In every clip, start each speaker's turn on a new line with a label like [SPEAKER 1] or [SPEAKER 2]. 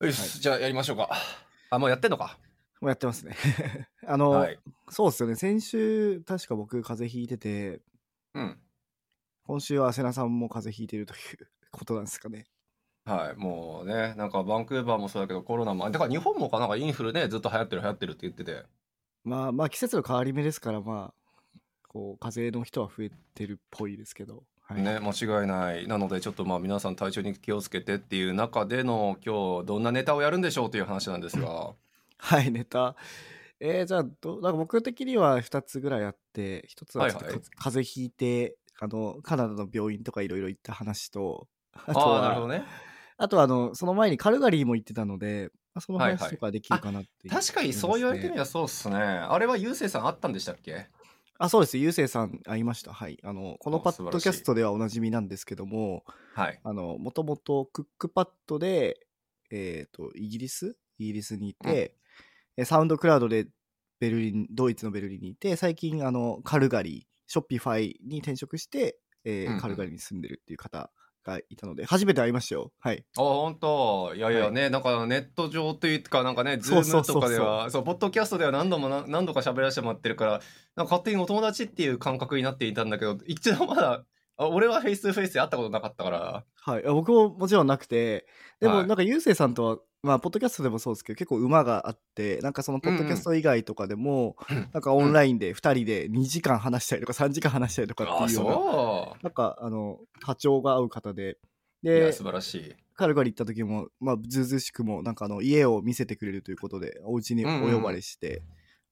[SPEAKER 1] よし、じゃあやりましょうか。あ、もうやってんのか。
[SPEAKER 2] もうやってますね。 あの、
[SPEAKER 1] はい。
[SPEAKER 2] そうですよね。先週、確か僕、風邪ひいてて、
[SPEAKER 1] うん。
[SPEAKER 2] 今週は瀬名さんも風邪ひいてるという ことなんですかね。
[SPEAKER 1] はい。もうね、なんかバンクーバーもそうだけど、コロナも、だから日本もかなんかインフルね、ずっと流行ってる流行ってるって言ってて。
[SPEAKER 2] まあ、まあ、季節の変わり目ですから、まあ、こう、風邪の人は増えてるっぽいですけど。はい。
[SPEAKER 1] ね、間違いない。なので、ちょっとまあ皆さん体調に気をつけてっていう中での、今日どんなネタをやるんでしょうという話なん ですが。
[SPEAKER 2] はい、ネタ。えー、じゃあど、なんか僕的には2つぐらいあって、1つはちょっと
[SPEAKER 1] はいはい
[SPEAKER 2] か風邪ひいて、あの、カナダの病院とかいろいろ行った話と、あと
[SPEAKER 1] ああー、なるほ
[SPEAKER 2] は、
[SPEAKER 1] どね。
[SPEAKER 2] あとはあの、その前にカルガリーも行ってたので、まあその
[SPEAKER 1] はいはい
[SPEAKER 2] 話とかできるかなっていう、
[SPEAKER 1] 確かにそう言われてみればそうっすね。あれはゆうせいさんあったんでしたっけ
[SPEAKER 2] あ、そうです。ゆうせいさん会いました。はい。あの、この
[SPEAKER 1] お
[SPEAKER 2] パ
[SPEAKER 1] 素
[SPEAKER 2] ッ
[SPEAKER 1] 晴
[SPEAKER 2] ド
[SPEAKER 1] らしい
[SPEAKER 2] キャストではおなじみなんですけども、
[SPEAKER 1] はい。
[SPEAKER 2] あの、もともとクックパッドで、えっ、と、イギリスイギリスにいて、えサウンドクラウドでベルリン、ドイツのベルリンにいて、最近、あの、カルガリー、ショッピファイに転職して、えー
[SPEAKER 1] うんうん
[SPEAKER 2] カルガリーに住んでるっていう方がいたので、初めて会いましたよ。はい。
[SPEAKER 1] あ、本当。いやいやね、なんかネット上というか、なんかね、ズ
[SPEAKER 2] そう
[SPEAKER 1] ー
[SPEAKER 2] そう
[SPEAKER 1] ム
[SPEAKER 2] そうそ
[SPEAKER 1] と
[SPEAKER 2] う
[SPEAKER 1] かでは、そう、ポッドキャストでは何度もな何度か喋らせてもらってるから、なんか勝手にお友達っていう感覚になっていたんだけど、一度まだ、あ俺はフェイス2フェイスで会ったことなかったから、
[SPEAKER 2] はい、あ僕ももちろんなくてでも
[SPEAKER 1] はい
[SPEAKER 2] なんかゆうせいさんとは、まあポッドキャストでもそうですけど結構馬があってなんかそのポッドキャスト以外とかでも、なんかオンラインで2人で2時間話したりとか3時間話したりとか
[SPEAKER 1] ああ、
[SPEAKER 2] っていうような
[SPEAKER 1] そ
[SPEAKER 2] なんかあの波長が合う方で
[SPEAKER 1] う。いや、
[SPEAKER 2] で
[SPEAKER 1] 素晴らしい。
[SPEAKER 2] カルガリ行った時もまあずうずうしくもなんかあの家を見せてくれるということでお家にお呼ばれして、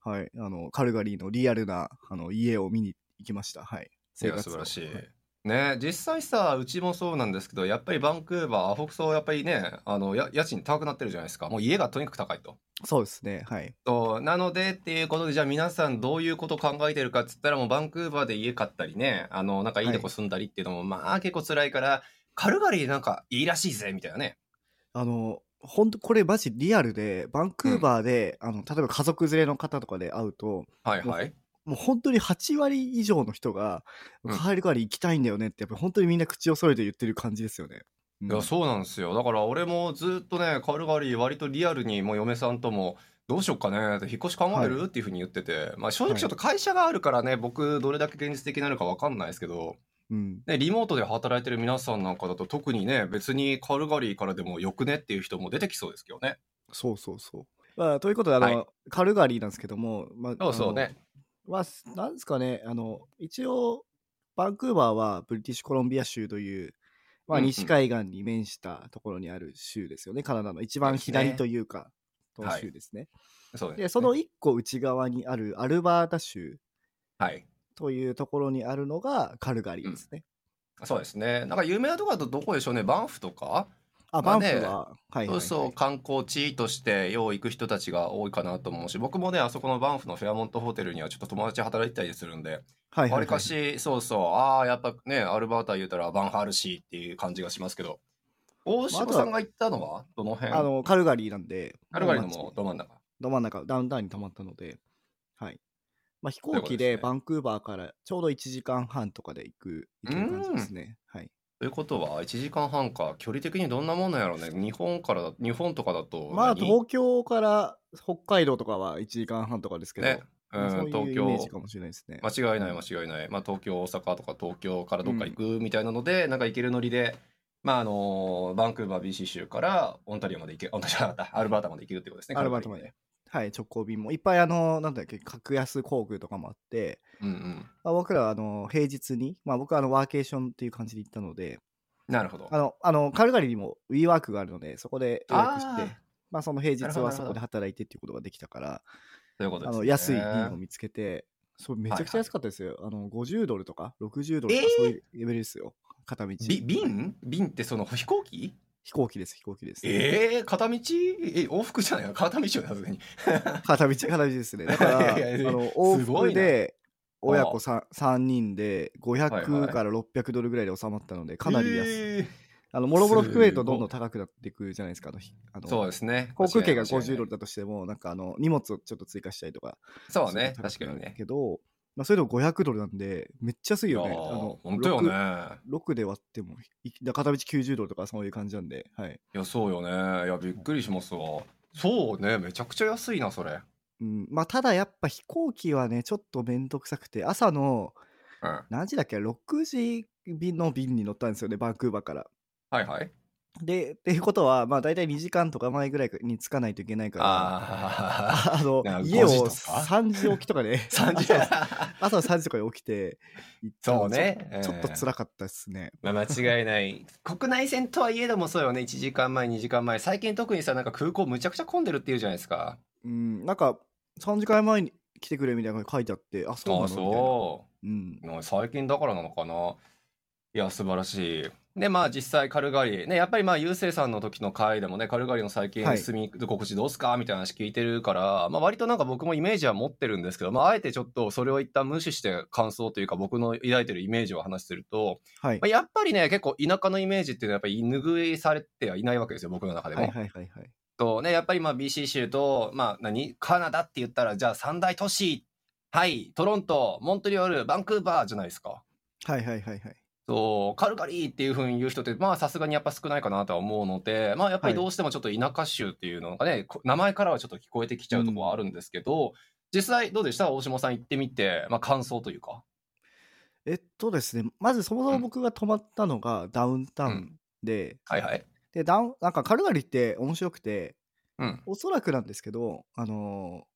[SPEAKER 2] はい、あのカルガリーのリアルなあの家を見に行きました。はい、
[SPEAKER 1] い
[SPEAKER 2] 生
[SPEAKER 1] や、
[SPEAKER 2] 活
[SPEAKER 1] 素晴らしい
[SPEAKER 2] はい。
[SPEAKER 1] ね、実際さ、うちもそうなんですけど、やっぱりバンクーバー、アフォクソ、やっぱりね、あの、や家賃高くなってるじゃないですか。もう家がとにかく高いと。
[SPEAKER 2] そうですね、はい、
[SPEAKER 1] そうなのでっていうことでじゃあ皆さんどういうこと考えてるかっつったらもうバンクーバーで家買ったりねあのなんかいいとこ住んだりっていうのも、まあ結構辛いからカルガリーなんかいいらしいぜみたいなね
[SPEAKER 2] あの、本当これマジリアルで、バンクーバーで、あの、例えば家族連れの方とかで会うと、
[SPEAKER 1] はいはい
[SPEAKER 2] もう本当に8割以上の人が、
[SPEAKER 1] うん
[SPEAKER 2] 帰る代わり行きたいんだよねって、やっぱり本当にみんな口を揃えて言ってる感じですよね。うん
[SPEAKER 1] いやそうなんですよだから俺もずっとねカルガリー割とリアルにもう嫁さんともどうしよっかねって引っ越し考える、
[SPEAKER 2] は
[SPEAKER 1] っていうふうに言ってて、まあ、正直ちょっと会社があるからね僕どれだけ現実的なのか分かんないですけど、
[SPEAKER 2] うん。
[SPEAKER 1] ね、リモートで働いてる皆さんなんかだと特にね別にカルガリーからでもよくねっていう人も出てきそうですけどね。
[SPEAKER 2] そうそうそう。まあ、ということで、あの、
[SPEAKER 1] はい
[SPEAKER 2] カルガリーなんですけども、まあ、
[SPEAKER 1] そうそうね
[SPEAKER 2] あの。まあ、なんですかね、あの、一応、バンクーバーはブリティッシュコロンビア州という、まあ、
[SPEAKER 1] うんうん
[SPEAKER 2] 西海岸に面したところにある州ですよね、カナダの一番左というか、
[SPEAKER 1] ですね
[SPEAKER 2] の
[SPEAKER 1] はい
[SPEAKER 2] 州ですね。
[SPEAKER 1] そうですね
[SPEAKER 2] で、その一個内側にあるアルバータ州
[SPEAKER 1] はい。
[SPEAKER 2] というところにあるのがカルガリーですね。
[SPEAKER 1] そうですね。なんか有名なところだとどこでしょうね。バンフとか、
[SPEAKER 2] あ、
[SPEAKER 1] ま
[SPEAKER 2] バ
[SPEAKER 1] あ
[SPEAKER 2] ンフ
[SPEAKER 1] ね
[SPEAKER 2] は、はいはい、はい。
[SPEAKER 1] そうそう観光地としてよう行く人たちが多いかなと思うし、僕もねあそこのバンフのフェアモントホテルにはちょっと友達働いてたりするんで、
[SPEAKER 2] はいはいはい
[SPEAKER 1] わりかしそうそうああやっぱねアルバータ言うたらバンハールシーっていう感じがしますけど、大島さんが行ったのはどの辺？
[SPEAKER 2] あの、カルガリーなんで、
[SPEAKER 1] アルガリのも
[SPEAKER 2] もう
[SPEAKER 1] ど真ん中。
[SPEAKER 2] ど真ん中、ダウンタウンに泊まったので、はい。まあ、飛行
[SPEAKER 1] ということ
[SPEAKER 2] 機
[SPEAKER 1] です
[SPEAKER 2] で
[SPEAKER 1] ね
[SPEAKER 2] バンクーバーからちょうど1時間半とかで行く、行ける感じですね。はい。
[SPEAKER 1] ということは1時間半か距離的にどんなものやろうね。日本からだ日本とかだと
[SPEAKER 2] まあ、
[SPEAKER 1] 何
[SPEAKER 2] 東京から北海道とかは1時間半とかですけど、
[SPEAKER 1] ねう
[SPEAKER 2] まあそうんいう
[SPEAKER 1] 東
[SPEAKER 2] イメージ
[SPEAKER 1] 京
[SPEAKER 2] かもしれないですね。
[SPEAKER 1] 間違いない間違いない、まあ、東京大阪とか東京からどっか行くみたいなので、なんか行けるノリで、まああのバンクーバー BC 州からオンタリオまで行けオンタリオじゃなか ったアルバータまで行けるってことですね
[SPEAKER 2] アルバータまで、。はい、直行便もいっぱいあの、なんだっけ、格安航空とかもあって、
[SPEAKER 1] うんうん、
[SPEAKER 2] まあ、僕らはあの平日に、まあ、僕はあのワーケーションっていう感じで行ったので
[SPEAKER 1] なるほど
[SPEAKER 2] あのあのカルガリーにも WeWork があるのでそこで予約して
[SPEAKER 1] あー
[SPEAKER 2] まあ、その平
[SPEAKER 1] なる
[SPEAKER 2] 日
[SPEAKER 1] ほど
[SPEAKER 2] はそこで働いてっていうことができたから
[SPEAKER 1] というこ
[SPEAKER 2] あ
[SPEAKER 1] とです、ね、
[SPEAKER 2] の安い便を見つけてそうめちゃくちゃ安かったですよ、あの50ドルとか60ドルとか
[SPEAKER 1] えー
[SPEAKER 2] そういうレベルですよ、片道
[SPEAKER 1] び便便ってその飛行機
[SPEAKER 2] 飛行機です飛行機です、
[SPEAKER 1] えー、片道え往復じゃないの片道よさすがに
[SPEAKER 2] 片道片道ですねだから
[SPEAKER 1] いやいや
[SPEAKER 2] あの
[SPEAKER 1] す
[SPEAKER 2] 往
[SPEAKER 1] ご
[SPEAKER 2] 復
[SPEAKER 1] いな
[SPEAKER 2] で親
[SPEAKER 1] あ
[SPEAKER 2] 子 3, 三人で
[SPEAKER 1] はいは
[SPEAKER 2] 500
[SPEAKER 1] い
[SPEAKER 2] から600ドルぐらいで収まったのでかなり安い、
[SPEAKER 1] えー
[SPEAKER 2] あの、もろもろ含めると
[SPEAKER 1] すごい
[SPEAKER 2] どんどん高くなっていくじゃないですか。あのひあの
[SPEAKER 1] そうですね
[SPEAKER 2] 航空券が
[SPEAKER 1] 間違いない
[SPEAKER 2] 50ドルだとしても、なんかあの、荷物をちょっと追加したりとか。
[SPEAKER 1] そうね
[SPEAKER 2] すると高
[SPEAKER 1] 確
[SPEAKER 2] く
[SPEAKER 1] か
[SPEAKER 2] なる
[SPEAKER 1] にね
[SPEAKER 2] けど、まあ、それでも500ドルなんで、めっちゃ安いよね。
[SPEAKER 1] いやー
[SPEAKER 2] あの
[SPEAKER 1] 本当よね。
[SPEAKER 2] 6で割っても、いだ片道90ドルとかそういう感じなんで、はい。
[SPEAKER 1] いや、そうよね。いや、びっくりしますわ。そうね、めちゃくちゃ安いな、それ。
[SPEAKER 2] うん、まあ、ただやっぱ飛行機はね、ちょっとめんどくさくて、朝の
[SPEAKER 1] うん。は
[SPEAKER 2] 何時だっけ、6時の便に乗ったんですよね、バンクーバーから。
[SPEAKER 1] いはい。
[SPEAKER 2] で、っていうことは、まあ、大体2時間とか前ぐらいに着かないといけないから、
[SPEAKER 1] あ
[SPEAKER 2] あの
[SPEAKER 1] な、
[SPEAKER 2] 家を
[SPEAKER 1] 5時とか
[SPEAKER 2] 3時起きと かで、
[SPEAKER 1] あ。3時
[SPEAKER 2] 朝 朝の3時とかに起きて行ったの
[SPEAKER 1] そうね
[SPEAKER 2] ち
[SPEAKER 1] え
[SPEAKER 2] ょっ
[SPEAKER 1] え
[SPEAKER 2] とちょっと辛かったですね。
[SPEAKER 1] まあ、間違いない国内線とはいえどもそうよね1時間前2時間前最近特にさなんか空港むちゃくちゃ混んでるっていうじゃないですか
[SPEAKER 2] うん、なんか、3時間前に来てくれみたいなのが書いてあって、あ、そうな
[SPEAKER 1] あ
[SPEAKER 2] の
[SPEAKER 1] あそう
[SPEAKER 2] みたいなうん。
[SPEAKER 1] もう最近だからなのかないや素晴らしいでまあ実際カルガリーねやっぱりまあゆうせいさんの時の回でもねカルガリーの最近
[SPEAKER 2] はい
[SPEAKER 1] 住み心地どうすかみたいな話聞いてるから、まあ割となんか僕もイメージは持ってるんですけどまああえてちょっとそれを一旦無視して感想というか僕の抱いてるイメージを話すると、
[SPEAKER 2] はい
[SPEAKER 1] まあ、。やっぱりね結構田舎のイメージっていうのはやっぱり拭いされてはいないわけですよ僕の中でも。
[SPEAKER 2] はいはいはいはい。
[SPEAKER 1] とね、やっぱりまあ BC 州と、まあ何カナダって言ったら、じゃあ三大都市、はい、トロント、モントリオール、バンクーバーじゃないですか。
[SPEAKER 2] はいはいはいはい。
[SPEAKER 1] そう、カルガリーっていうふうに言う人って、まあさすがにやっぱ少ないかなとは思うので、まあやっぱり
[SPEAKER 2] はい
[SPEAKER 1] どうしてもちょっと田舎州っていうのがね、こ名前からはちょっと聞こえてきちゃうところはあるんですけど、実際どうでした大島さん行ってみて、まあ感想というか。
[SPEAKER 2] えっとですね、まずそもそも僕が泊まったのがダウンタウンで、
[SPEAKER 1] はいはい。
[SPEAKER 2] で、ダウン、なんかカルガリーって面白くて、
[SPEAKER 1] うん。
[SPEAKER 2] おそらくなんですけど、あのー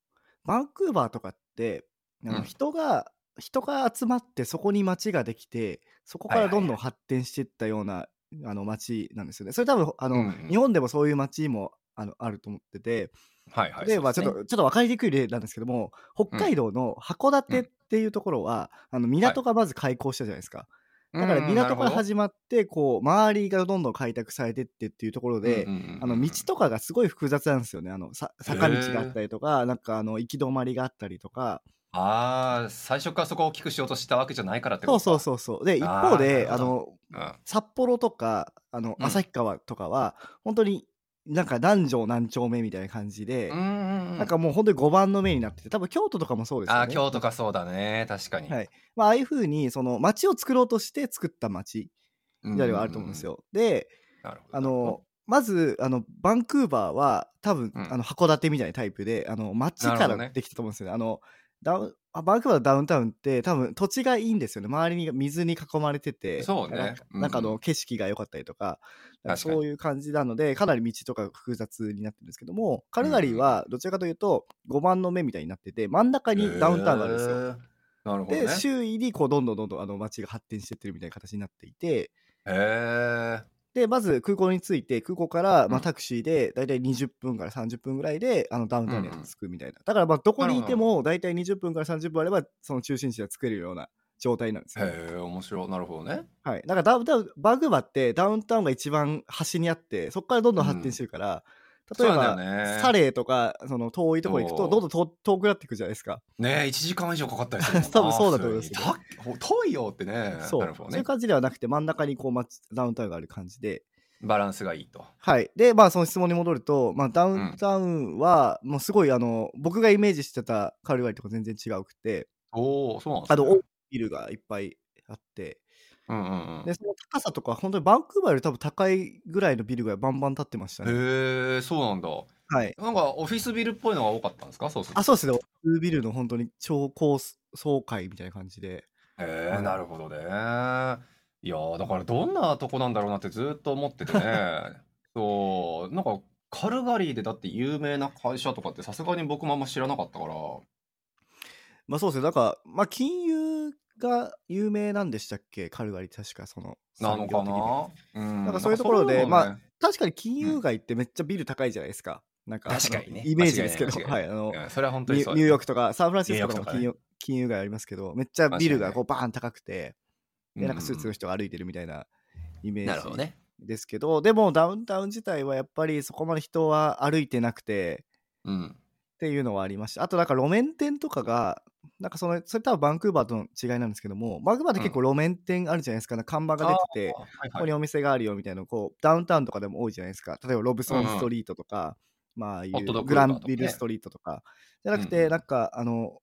[SPEAKER 2] バンクーバーとかって、あ
[SPEAKER 1] う
[SPEAKER 2] の
[SPEAKER 1] ん
[SPEAKER 2] 人が、人が集まってそこに街ができてそこか
[SPEAKER 1] は
[SPEAKER 2] ら
[SPEAKER 1] いはいは
[SPEAKER 2] ど
[SPEAKER 1] い
[SPEAKER 2] んどん発展していったような、あの街なんですよね。それ多分あの、
[SPEAKER 1] うんうん
[SPEAKER 2] 日本でもそういう街もあのあると思ってて
[SPEAKER 1] はいはい。
[SPEAKER 2] 例えばち
[SPEAKER 1] そう
[SPEAKER 2] ょ
[SPEAKER 1] で
[SPEAKER 2] っと,、
[SPEAKER 1] すね
[SPEAKER 2] ちょっと分かりにくい例なんですけども北海道の函館っていうところは、あの港がまず開港したじゃないですか。だから港から始まってこう周りがどんどん開拓されてってっていうところで、
[SPEAKER 1] うんうんうんうん
[SPEAKER 2] あの道とかがすごい複雑なんですよね。あのさ坂道があったりとか、なんかあの行き止まりがあったりとか、
[SPEAKER 1] ああ、最初からそこを大きくしようとしたわけじゃないからって
[SPEAKER 2] そ
[SPEAKER 1] こ
[SPEAKER 2] う
[SPEAKER 1] と
[SPEAKER 2] そう
[SPEAKER 1] う
[SPEAKER 2] そうそう。で一
[SPEAKER 1] あー
[SPEAKER 2] 方で
[SPEAKER 1] な
[SPEAKER 2] あ
[SPEAKER 1] るほど
[SPEAKER 2] の
[SPEAKER 1] そう。うん
[SPEAKER 2] 札幌とかあの
[SPEAKER 1] うん
[SPEAKER 2] 旭川とかは、本当になんか何条何丁目みたいな感じで、
[SPEAKER 1] うんうんうん
[SPEAKER 2] なんかもう本当に5番の目になってて、多分京都とかもそうですよね。
[SPEAKER 1] あー京都かそうだね確かに、
[SPEAKER 2] はいまあ、ああいう風にその街を作ろうとして作った街みたいなのがあると思うんですよ。で、
[SPEAKER 1] うんうんうん、なるほど
[SPEAKER 2] あのまずあのバンクーバーは多分、
[SPEAKER 1] うん
[SPEAKER 2] あの函館みたいなタイプであの街
[SPEAKER 1] な
[SPEAKER 2] か
[SPEAKER 1] るほど
[SPEAKER 2] ら
[SPEAKER 1] ね
[SPEAKER 2] できたと思うんですよね。あのダウンあバンクーバーのダウンタウンって多分土地がいいんですよね周りに水に囲まれてて
[SPEAKER 1] そうね
[SPEAKER 2] なんか
[SPEAKER 1] うん
[SPEAKER 2] なんかあの景色が良かったりとかなんか
[SPEAKER 1] 確かに
[SPEAKER 2] そういう感じなのでかなり道とか複雑になってるんですけどもカルガリーはどちらかというと5番の目みたいになってて真ん中にダウンタウンがあるんですよ。
[SPEAKER 1] よなるほどね
[SPEAKER 2] で周囲にこうどんどんどんどんあの街が発展してってるみたいな形になっていて、
[SPEAKER 1] へえ
[SPEAKER 2] で、まず空港に着いて、空港から、ま
[SPEAKER 1] う
[SPEAKER 2] あ、
[SPEAKER 1] ん
[SPEAKER 2] タクシーで、だいたい20分から30分ぐらいで、あの、ダウンタウンに
[SPEAKER 1] うんうん
[SPEAKER 2] 着くみたいな。だから、まあ、どこにいて
[SPEAKER 1] な
[SPEAKER 2] も、だいたい20分から30分あれば、その中心地が作れるような状態なんですよ。
[SPEAKER 1] へえ面白いなるほどね
[SPEAKER 2] はい。だから、ダウンタウン、バンクーバーって、ダウンタウンが一番端にあって、そこからどんどん発展してるか
[SPEAKER 1] う
[SPEAKER 2] ら、
[SPEAKER 1] ん
[SPEAKER 2] 例え
[SPEAKER 1] そうな
[SPEAKER 2] ば、
[SPEAKER 1] んだよね
[SPEAKER 2] サレーとか、その、遠いとこ行く
[SPEAKER 1] そ
[SPEAKER 2] と、
[SPEAKER 1] う
[SPEAKER 2] どんどん遠遠くなっていくじゃないですか。
[SPEAKER 1] ねえ1時間以上かかったりするもんな
[SPEAKER 2] 多分そうだと思います
[SPEAKER 1] 普通にた遠いよってね
[SPEAKER 2] そう。
[SPEAKER 1] なるほど
[SPEAKER 2] そういう
[SPEAKER 1] ね
[SPEAKER 2] 感じではなくて、真ん中に、こう、街ダウンタウンがある感じで、
[SPEAKER 1] バランスがいいと
[SPEAKER 2] はい、で、まあ、その質問に戻ると、まあ、ダウンタウンは、もうすごいあの僕がイメージしてたカルガリーとか全然違うくて
[SPEAKER 1] おおそうなんです
[SPEAKER 2] あ
[SPEAKER 1] ね
[SPEAKER 2] の大きいビルがいっぱいあって
[SPEAKER 1] うんうんうん
[SPEAKER 2] でその高さとか本当にバンクーバーより多分高いぐらいのビルがバンバン立ってましたね。
[SPEAKER 1] へえそうなんだ
[SPEAKER 2] はい、
[SPEAKER 1] なんかオフィスビルっぽいのが多かったんですかそうすると
[SPEAKER 2] あそうですね2ビルの本当に超高層階みたいな感じで
[SPEAKER 1] へえ
[SPEAKER 2] はい
[SPEAKER 1] なるほどね。いやーだからどんなとこなんだろうなってずーっと思っててね。 そうなんかカルガリーでだって有名な会社とかってさすがに僕もあんま知らなかったから。
[SPEAKER 2] まあそうですねなんか、まあ、金融が有名なんでしたっけカルガリー確かその
[SPEAKER 1] なのか
[SPEAKER 2] 産業的に
[SPEAKER 1] な。うん
[SPEAKER 2] なんかそういうところ
[SPEAKER 1] な
[SPEAKER 2] で
[SPEAKER 1] んかそういうのもね
[SPEAKER 2] 確かに金融街ってめっちゃビル高いじゃないですか。なんか
[SPEAKER 1] 確かにね
[SPEAKER 2] あのイメージですけど、
[SPEAKER 1] 間違いな
[SPEAKER 2] はいい、あの
[SPEAKER 1] うんそれは本当
[SPEAKER 2] ニ
[SPEAKER 1] に
[SPEAKER 2] ュ
[SPEAKER 1] そう。
[SPEAKER 2] ニューヨークとかサンフランシスコとかも
[SPEAKER 1] ニューヨークとかね
[SPEAKER 2] 金融,、金融街ありますけど、めっちゃビルがこうバーン高くて、
[SPEAKER 1] うん
[SPEAKER 2] でなんかスーツの人が歩いてるみたいなイメ
[SPEAKER 1] なるほ
[SPEAKER 2] ー
[SPEAKER 1] ど
[SPEAKER 2] ジ
[SPEAKER 1] ね。
[SPEAKER 2] ですけど、でもダウンタウン自体はやっぱりそこまで人は歩いてなくて
[SPEAKER 1] うん。
[SPEAKER 2] っていうのはありました。あとなんか路面店とかが、なんかそのそれ多分バンクーバーとの違いなんですけども、バンクーバーって結構路面店あるじゃないですか、なんか看板が出てて。
[SPEAKER 1] あはい
[SPEAKER 2] こ
[SPEAKER 1] はい
[SPEAKER 2] こにお店があるよみたいなのこうダウンタウンとかでも多いじゃないですか例えばロブソンストリートとか、まあああい
[SPEAKER 1] ホットドッ
[SPEAKER 2] う
[SPEAKER 1] グ
[SPEAKER 2] グランビ
[SPEAKER 1] とか
[SPEAKER 2] ル
[SPEAKER 1] ね
[SPEAKER 2] ストリートとかじゃなく
[SPEAKER 1] うん
[SPEAKER 2] て、
[SPEAKER 1] うん
[SPEAKER 2] なんかあの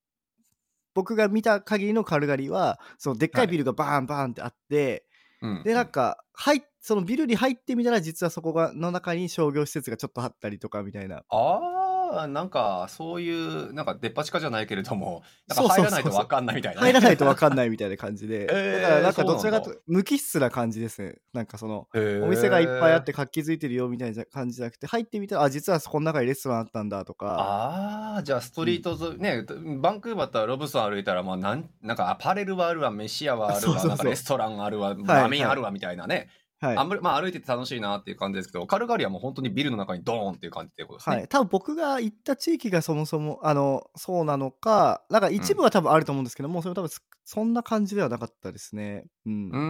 [SPEAKER 2] 僕が見た限りのカルガリーはそのでっかいビルがバーンバーンってあって、
[SPEAKER 1] うん
[SPEAKER 2] でなんか入っそのビルに入ってみたら実はそこがの中に商業施設がちょっとあったりとかみた いな
[SPEAKER 1] ああ、なんか、そういう、なんか、出っ端かじゃないけれども、なん
[SPEAKER 2] そう
[SPEAKER 1] か入
[SPEAKER 2] そうそう
[SPEAKER 1] らないとわかんないみたいなね。
[SPEAKER 2] 入らないと分かんないみたいな感じで、
[SPEAKER 1] えー
[SPEAKER 2] だからなんかどちらか
[SPEAKER 1] そ
[SPEAKER 2] と
[SPEAKER 1] う
[SPEAKER 2] いうと無機質な感じですねなんかその
[SPEAKER 1] へー
[SPEAKER 2] お店がいっぱいあって活気づいてるよみたいな感じじゃなくて入ってみたらあ実はそこの中にレストランあったんだとか
[SPEAKER 1] ああ、じゃあストリート沿い、ね、バンクーバーとロブソン歩いたら、まあ、なん、なんかアパレルはあるわ、飯屋はある
[SPEAKER 2] そう
[SPEAKER 1] わ、
[SPEAKER 2] そうそう
[SPEAKER 1] なんかレストランあるわ、ラーメン屋あるわ、みたいなね。
[SPEAKER 2] はい
[SPEAKER 1] あんまり、まあ、歩いてて楽しいなっていう感じですけど、カルガリーはもう本当にビルの中にドーンっていう感じっていうことですね。
[SPEAKER 2] はい、多分僕が行った地域がそもそもあのそうなのかなんか一部は多分あると思うんですけども、うそれも多分すそんな感じではなかったですね。うん
[SPEAKER 1] うんうんう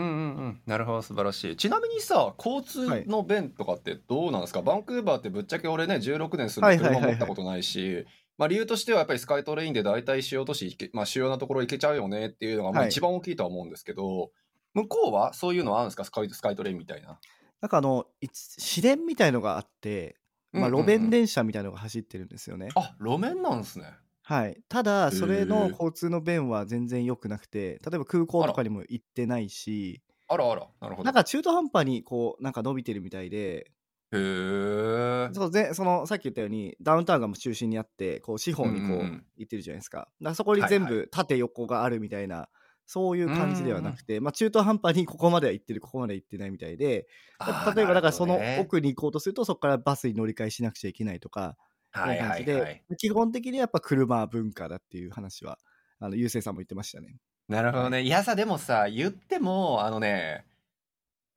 [SPEAKER 1] ん、なるほど素晴らしいちなみにさ交通の便とかってどうなんですか、バンクーバーってぶっちゃけ俺ね16年住ん
[SPEAKER 2] は
[SPEAKER 1] で
[SPEAKER 2] いはいはい
[SPEAKER 1] 車
[SPEAKER 2] はい
[SPEAKER 1] 持ったことないし、まあ、理由としてはやっぱりスカイトレインで大体主要都市行け、まあ、主要なところ行けちゃうよねっていうのがまあ
[SPEAKER 2] はい
[SPEAKER 1] 一番大きいとは思うんですけど、向こうはそういうのはあるんですかスカイスカイトレインみたいな。
[SPEAKER 2] なんかあの一市電みたいのがあって、ま
[SPEAKER 1] う
[SPEAKER 2] あ、
[SPEAKER 1] んうんう
[SPEAKER 2] 路
[SPEAKER 1] ん
[SPEAKER 2] 面電車みたいのが走ってるんですよね。
[SPEAKER 1] あ路面なんですね。
[SPEAKER 2] はい、ただそれ
[SPEAKER 1] へ
[SPEAKER 2] の
[SPEAKER 1] ー
[SPEAKER 2] 交通の便は全然良くなくて例えば空港とかにも行ってないし
[SPEAKER 1] あらあらなるほど。
[SPEAKER 2] なんか中途半端にこうなんか伸びてるみたいで
[SPEAKER 1] へえ。
[SPEAKER 2] そうぜそのさっき言ったようにダウンタウンがもう中心にあってこう四方に
[SPEAKER 1] う
[SPEAKER 2] こ
[SPEAKER 1] んうんう
[SPEAKER 2] うん行ってるじゃないですか,、だからそこに全部縦横があるみたいな、そういう感じではなくて、まあ、中途半端にここまでは行ってるここまでは行ってないみたいで
[SPEAKER 1] あー
[SPEAKER 2] 例えばだからその、
[SPEAKER 1] なるほ
[SPEAKER 2] 奥に行こうとするとそこからバスに乗り換えしなくちゃいけないとか
[SPEAKER 1] どねはい
[SPEAKER 2] 感
[SPEAKER 1] は
[SPEAKER 2] じ
[SPEAKER 1] い
[SPEAKER 2] で、
[SPEAKER 1] はい。
[SPEAKER 2] 基本的にはやっぱ車は文化だっていう話はあの優生さんも言ってましたね。
[SPEAKER 1] なるほどね。いやさ、でもさ、言っても、あのね、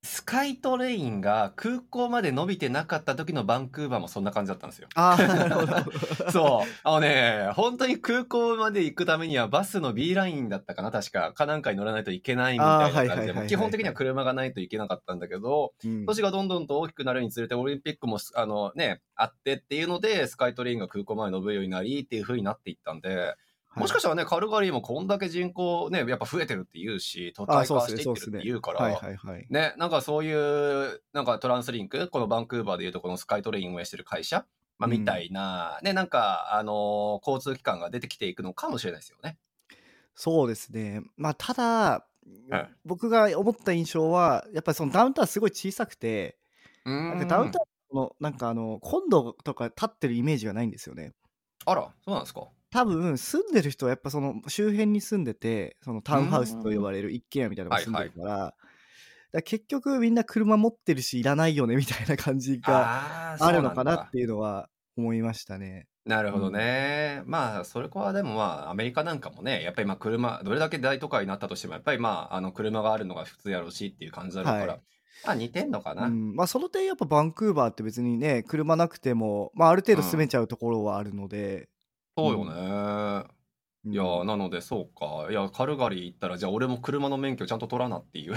[SPEAKER 1] スカイトレインが空港まで伸びてなかった時のバンクーバーもそんな感じだったん ですよ。
[SPEAKER 2] ああ、なるほど。
[SPEAKER 1] そう。あのね、本当に空港まで行くためにはバスの B ラインだったかな、確か。かなんかに乗らないといけないみたいな
[SPEAKER 2] あーはいは
[SPEAKER 1] 感
[SPEAKER 2] い
[SPEAKER 1] じ
[SPEAKER 2] はい
[SPEAKER 1] で、
[SPEAKER 2] はい
[SPEAKER 1] もう基本的には車がないといけなかったんだけど、
[SPEAKER 2] うん
[SPEAKER 1] 都市がどんどんと大きくなるにつれて、オリンピックもす、あのね、あってっていうので、スカイトレインが空港まで伸びるようになりっていう風になっていったんで、もしかしたらね、カルガリーもこんだけ人口ね、やっぱ増えてるって言うし、都
[SPEAKER 2] あ
[SPEAKER 1] 会
[SPEAKER 2] そう
[SPEAKER 1] 化
[SPEAKER 2] っす
[SPEAKER 1] し
[SPEAKER 2] ね
[SPEAKER 1] ていってるって言うから、
[SPEAKER 2] はいはいはい。
[SPEAKER 1] ね、なんかそういう、なんかトランスリンク、このバンクーバーでいうとこのスカイトレインを運営してる会社、まあ、
[SPEAKER 2] うん
[SPEAKER 1] みたいな、ね、なんか、あのー交通機関が出てきていくのかもしれないですよね。
[SPEAKER 2] そうですね。まあ、ただ、
[SPEAKER 1] はい
[SPEAKER 2] 僕が思った印象は、やっぱりそのダウンタウンすごい小さくて、なんかダウンタウンの、なんかあの、コンドとか立ってるイメージがないんですよね。
[SPEAKER 1] あら、そうなんですか。
[SPEAKER 2] 多分、住んでる人はやっぱその周辺に住んでて、そのタウンハウスと呼ばれる一軒家みたいなのが住んでるから、だから結局みんな車持ってるし、いらないよねみたいな感じが
[SPEAKER 1] あー
[SPEAKER 2] あるのかなっ。
[SPEAKER 1] そう
[SPEAKER 2] ていうのは思いましたね。
[SPEAKER 1] なんだなるほどね。まあ、それはでもまあ、アメリカなんかもね、やっぱりまあ車、どれだけ大都会になったとしても、やっぱりまあ、あの、車があるのが普通やろうしっていう感じだろうから、
[SPEAKER 2] はい
[SPEAKER 1] まあ、似てんのかな。
[SPEAKER 2] うんまあ、その点やっぱバンクーバーって別にね車なくても、まあ、ある程度住めちゃうところはあるので、
[SPEAKER 1] そうよね。
[SPEAKER 2] うん
[SPEAKER 1] いやーなのでそうかいやカルガリー行ったらじゃあ俺も車の免許ちゃんと取らなっていう
[SPEAKER 2] い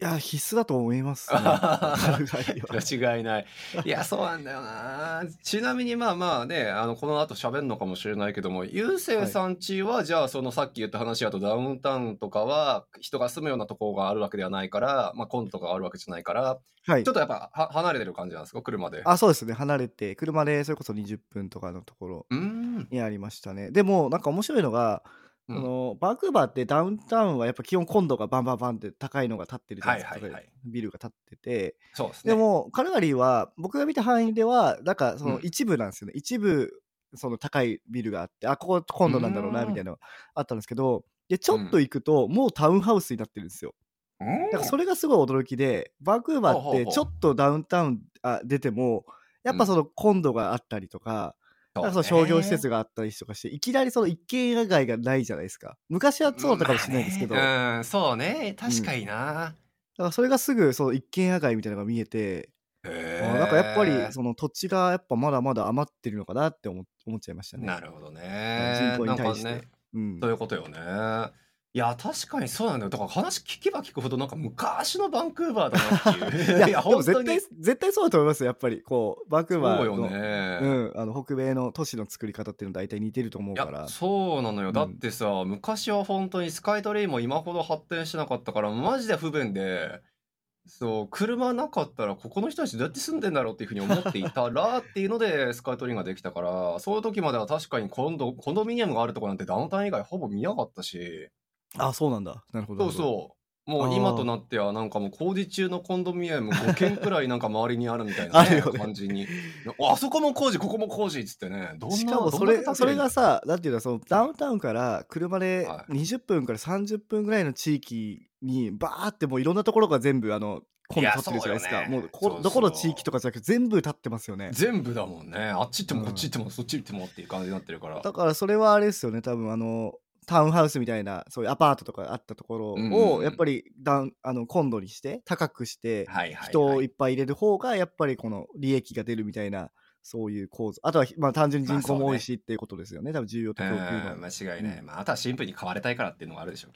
[SPEAKER 2] や必須だと思います、ね、カルガリーは
[SPEAKER 1] 間違いないいやそうなんだよなちなみにまあまあねあのこの後喋るのかもしれないけどもゆうせいさんちはじゃあそのさっき言った話だとダウンタウンとかは人が住むようなところがあるわけではないからまあコントとかがあるわけじゃないから
[SPEAKER 2] はい
[SPEAKER 1] ちょっとやっぱは離れてる感じなんですか車で
[SPEAKER 2] あそうですね離れて車でそれこそ20分とかのところ
[SPEAKER 1] うーん
[SPEAKER 2] にありましたねでもなんか面白いのが、
[SPEAKER 1] う
[SPEAKER 2] あ
[SPEAKER 1] ん
[SPEAKER 2] のバンクーバーってダウンタウンはやっぱ基本今度がバンバンバンって高いのが立ってるじゃないですか、
[SPEAKER 1] はいはいはい
[SPEAKER 2] 高ビルが立ってて
[SPEAKER 1] そうですね
[SPEAKER 2] でも、カルガリーは、僕が見た範囲では、なんかその
[SPEAKER 1] うん
[SPEAKER 2] 一部なんですよね。一部、その高いビルがあって、あ、ここ今度なんだろうな、
[SPEAKER 1] うん
[SPEAKER 2] みたいなのがあったんですけど、で、ちょっと行くと、もうタウンハウスになってるんですよ。
[SPEAKER 1] うん
[SPEAKER 2] だからそれがすごい驚きで、バンクーバー
[SPEAKER 1] ほ
[SPEAKER 2] っ
[SPEAKER 1] うほう
[SPEAKER 2] て、
[SPEAKER 1] ほう
[SPEAKER 2] ちょっとダウンタウンあ出ても、やっぱその今度があったりとか、
[SPEAKER 1] そ
[SPEAKER 2] な
[SPEAKER 1] うんね
[SPEAKER 2] かその商業施設があったりとかして、いきなりその一軒家街がないじゃないですか。昔はそうだったかもしれないですけど、
[SPEAKER 1] まあねうんそうね確かにな、
[SPEAKER 2] だからそれがすぐその一軒家街みたいなのが見えて、
[SPEAKER 1] へ
[SPEAKER 2] あ
[SPEAKER 1] ー
[SPEAKER 2] なんかやっぱりその土地がやっぱまだまだ余ってるのかなって思思っちゃいましたね。
[SPEAKER 1] なるほどね。
[SPEAKER 2] 人口に対して
[SPEAKER 1] なんかね、
[SPEAKER 2] うん
[SPEAKER 1] そういうことよね。いや確かにそうなんだよ。だから話聞けば聞くほどなんか昔のバンクーバーだなってい。
[SPEAKER 2] いうや
[SPEAKER 1] いや
[SPEAKER 2] でも
[SPEAKER 1] 本当
[SPEAKER 2] 絶
[SPEAKER 1] に
[SPEAKER 2] 対絶対そうだと思いますよやっぱりこうバンクーバ
[SPEAKER 1] そ
[SPEAKER 2] ー
[SPEAKER 1] うよ
[SPEAKER 2] の,、
[SPEAKER 1] ね。
[SPEAKER 2] うん、あの北米の都市の作り方っていうのは大体似てると思う
[SPEAKER 1] い
[SPEAKER 2] か
[SPEAKER 1] や
[SPEAKER 2] ら
[SPEAKER 1] そうなのよ、
[SPEAKER 2] うん
[SPEAKER 1] だってさ昔は本当にスカイトレインも今ほど発展してなかったからマジで不便でそう、車なかったら、ここの人たちどうやって住んでんだろうっていうふうに思っていたら、っていうので、 スカイトリーができたから、そういう時までは確かに今度、コンドミニアムがあるとこなんてダウンタウン以外ほぼ見なかったし、
[SPEAKER 2] あ、そうなんだ。なるほ
[SPEAKER 1] そ
[SPEAKER 2] ど。
[SPEAKER 1] うそう。もう今となってはなんかもう工事中のコンドミニアム5軒くらいなんか周りにあるみたいな、
[SPEAKER 2] あ
[SPEAKER 1] ね
[SPEAKER 2] るよね
[SPEAKER 1] 感じに。あそこも工事、ここも工事っつってね。どんな
[SPEAKER 2] しかもそ
[SPEAKER 1] どん
[SPEAKER 2] れ
[SPEAKER 1] な建
[SPEAKER 2] そ
[SPEAKER 1] 物
[SPEAKER 2] れがさ、だっていうのはそのダウンタウンから車で
[SPEAKER 1] は
[SPEAKER 2] 20分から30分ぐらいの地域にバーってもういろんなところが全部あの今度立ってるじゃないです
[SPEAKER 1] いや
[SPEAKER 2] か。
[SPEAKER 1] そうよね
[SPEAKER 2] もうこ
[SPEAKER 1] そうそう
[SPEAKER 2] こどこの地域とかじゃなくて全部立ってますよね。
[SPEAKER 1] 全部だもんね。あっち行っても
[SPEAKER 2] うん
[SPEAKER 1] こっち行ってもそっち行ってもっていう感じになってるから。
[SPEAKER 2] だからそれはあれですよね。多分あのタウンハウスみたいなそういうアパートとかあったところ
[SPEAKER 1] うんうんう
[SPEAKER 2] を
[SPEAKER 1] ん
[SPEAKER 2] やっぱりダウンあの今度にして高くして
[SPEAKER 1] はいはい、はい。
[SPEAKER 2] 人をいっぱい入れる方がやっぱりこの利益が出るみたいなそういう構造あとはまあ単純に人口も多いしっていうことですよね多分重要と
[SPEAKER 1] う
[SPEAKER 2] 供給
[SPEAKER 1] ん、
[SPEAKER 2] の
[SPEAKER 1] 間違いない。まあ、あとはシンプルに買われたいからっていうのがあるでしょう。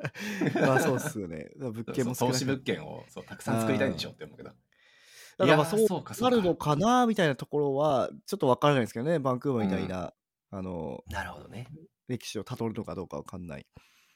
[SPEAKER 2] まあそうっすよね。だから物件も
[SPEAKER 1] そう
[SPEAKER 2] 少な
[SPEAKER 1] 投資
[SPEAKER 2] く
[SPEAKER 1] 物件をそうたくさん作りたいんでしょうって思うけど。
[SPEAKER 2] だからまあ
[SPEAKER 1] いやーそ
[SPEAKER 2] そうう
[SPEAKER 1] かそう
[SPEAKER 2] な
[SPEAKER 1] か
[SPEAKER 2] るのかなみたいなところはちょっとわからないですけどねバンクーバーみたいな、あの
[SPEAKER 1] なるほどね。
[SPEAKER 2] 歴史をたどるのかどうかわかんない。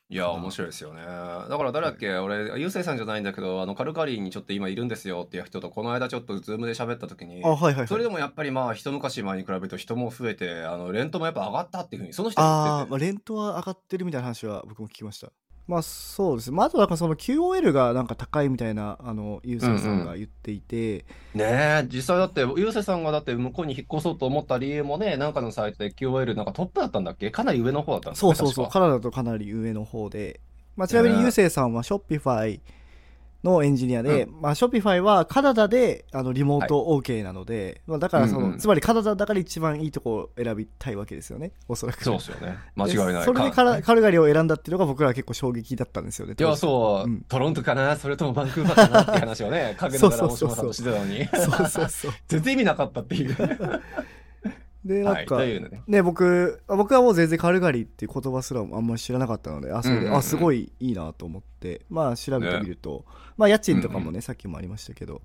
[SPEAKER 1] いや、面白いですよね。だから誰だっけ、俺、ゆうせいさんじゃないんだけど、あの、カルカリーにちょっと今いるんですよっていう人と、この間ちょっとズームで喋った時に
[SPEAKER 2] あ、はいはい
[SPEAKER 1] そ
[SPEAKER 2] は
[SPEAKER 1] れ
[SPEAKER 2] い。
[SPEAKER 1] でもやっぱりまあ、一昔前に比べると人も増えて、あの、レントもやっぱ上がったっていうふうに、その人が言
[SPEAKER 2] あ
[SPEAKER 1] って
[SPEAKER 2] ー、
[SPEAKER 1] て
[SPEAKER 2] まあ、レントは上がってるみたいな話は僕も聞きました。まあそうです。まあ、あとなんかその QOL がなんか高いみたいなあのユーザーさんが言っていて、
[SPEAKER 1] ねえ、実際だって、ゆうせいさんがだって向こうに引っ越そうと思った理由もね、なんかのサイトで QOL なんかトップだったんだっけかなり上の方だったんです
[SPEAKER 2] そ
[SPEAKER 1] ね
[SPEAKER 2] うそうそう、
[SPEAKER 1] 確か
[SPEAKER 2] カナダとかなり上の方で、まあ、ちなみに
[SPEAKER 1] ね
[SPEAKER 2] ユーセイさんは Shopify のエンジニアで、
[SPEAKER 1] う
[SPEAKER 2] まあ、Shopify はカナダであのリモート OK なので、まあ、だからその、
[SPEAKER 1] うんうん
[SPEAKER 2] つまりカナダだから一番いいとこを選びたいわけですよね、おそらく。
[SPEAKER 1] そうですよね。間違いない。
[SPEAKER 2] でそれでカラカルガリを選んだっていうのが僕らは結構衝撃だったんですよね。
[SPEAKER 1] いや、
[SPEAKER 2] 当時
[SPEAKER 1] そう、
[SPEAKER 2] うん
[SPEAKER 1] トロントかなそれともバンクーバーかなっていう話をね、かけながら
[SPEAKER 2] そう
[SPEAKER 1] 大
[SPEAKER 2] そうそう
[SPEAKER 1] 島さんとしてたのに。
[SPEAKER 2] そうそうそう。
[SPEAKER 1] 全然意味なかったって いう。
[SPEAKER 2] で、な
[SPEAKER 1] は
[SPEAKER 2] ん
[SPEAKER 1] い。
[SPEAKER 2] か、
[SPEAKER 1] というね。
[SPEAKER 2] ね、僕、あ僕はもう全然カルガリーっていう言葉すらあんまり知らなかったので、あ、それ
[SPEAKER 1] うん
[SPEAKER 2] で、
[SPEAKER 1] うんうん
[SPEAKER 2] あ、すごいいいなと思って、まあ調べてみると、まあ家賃とかもね、さっきもありましたけど、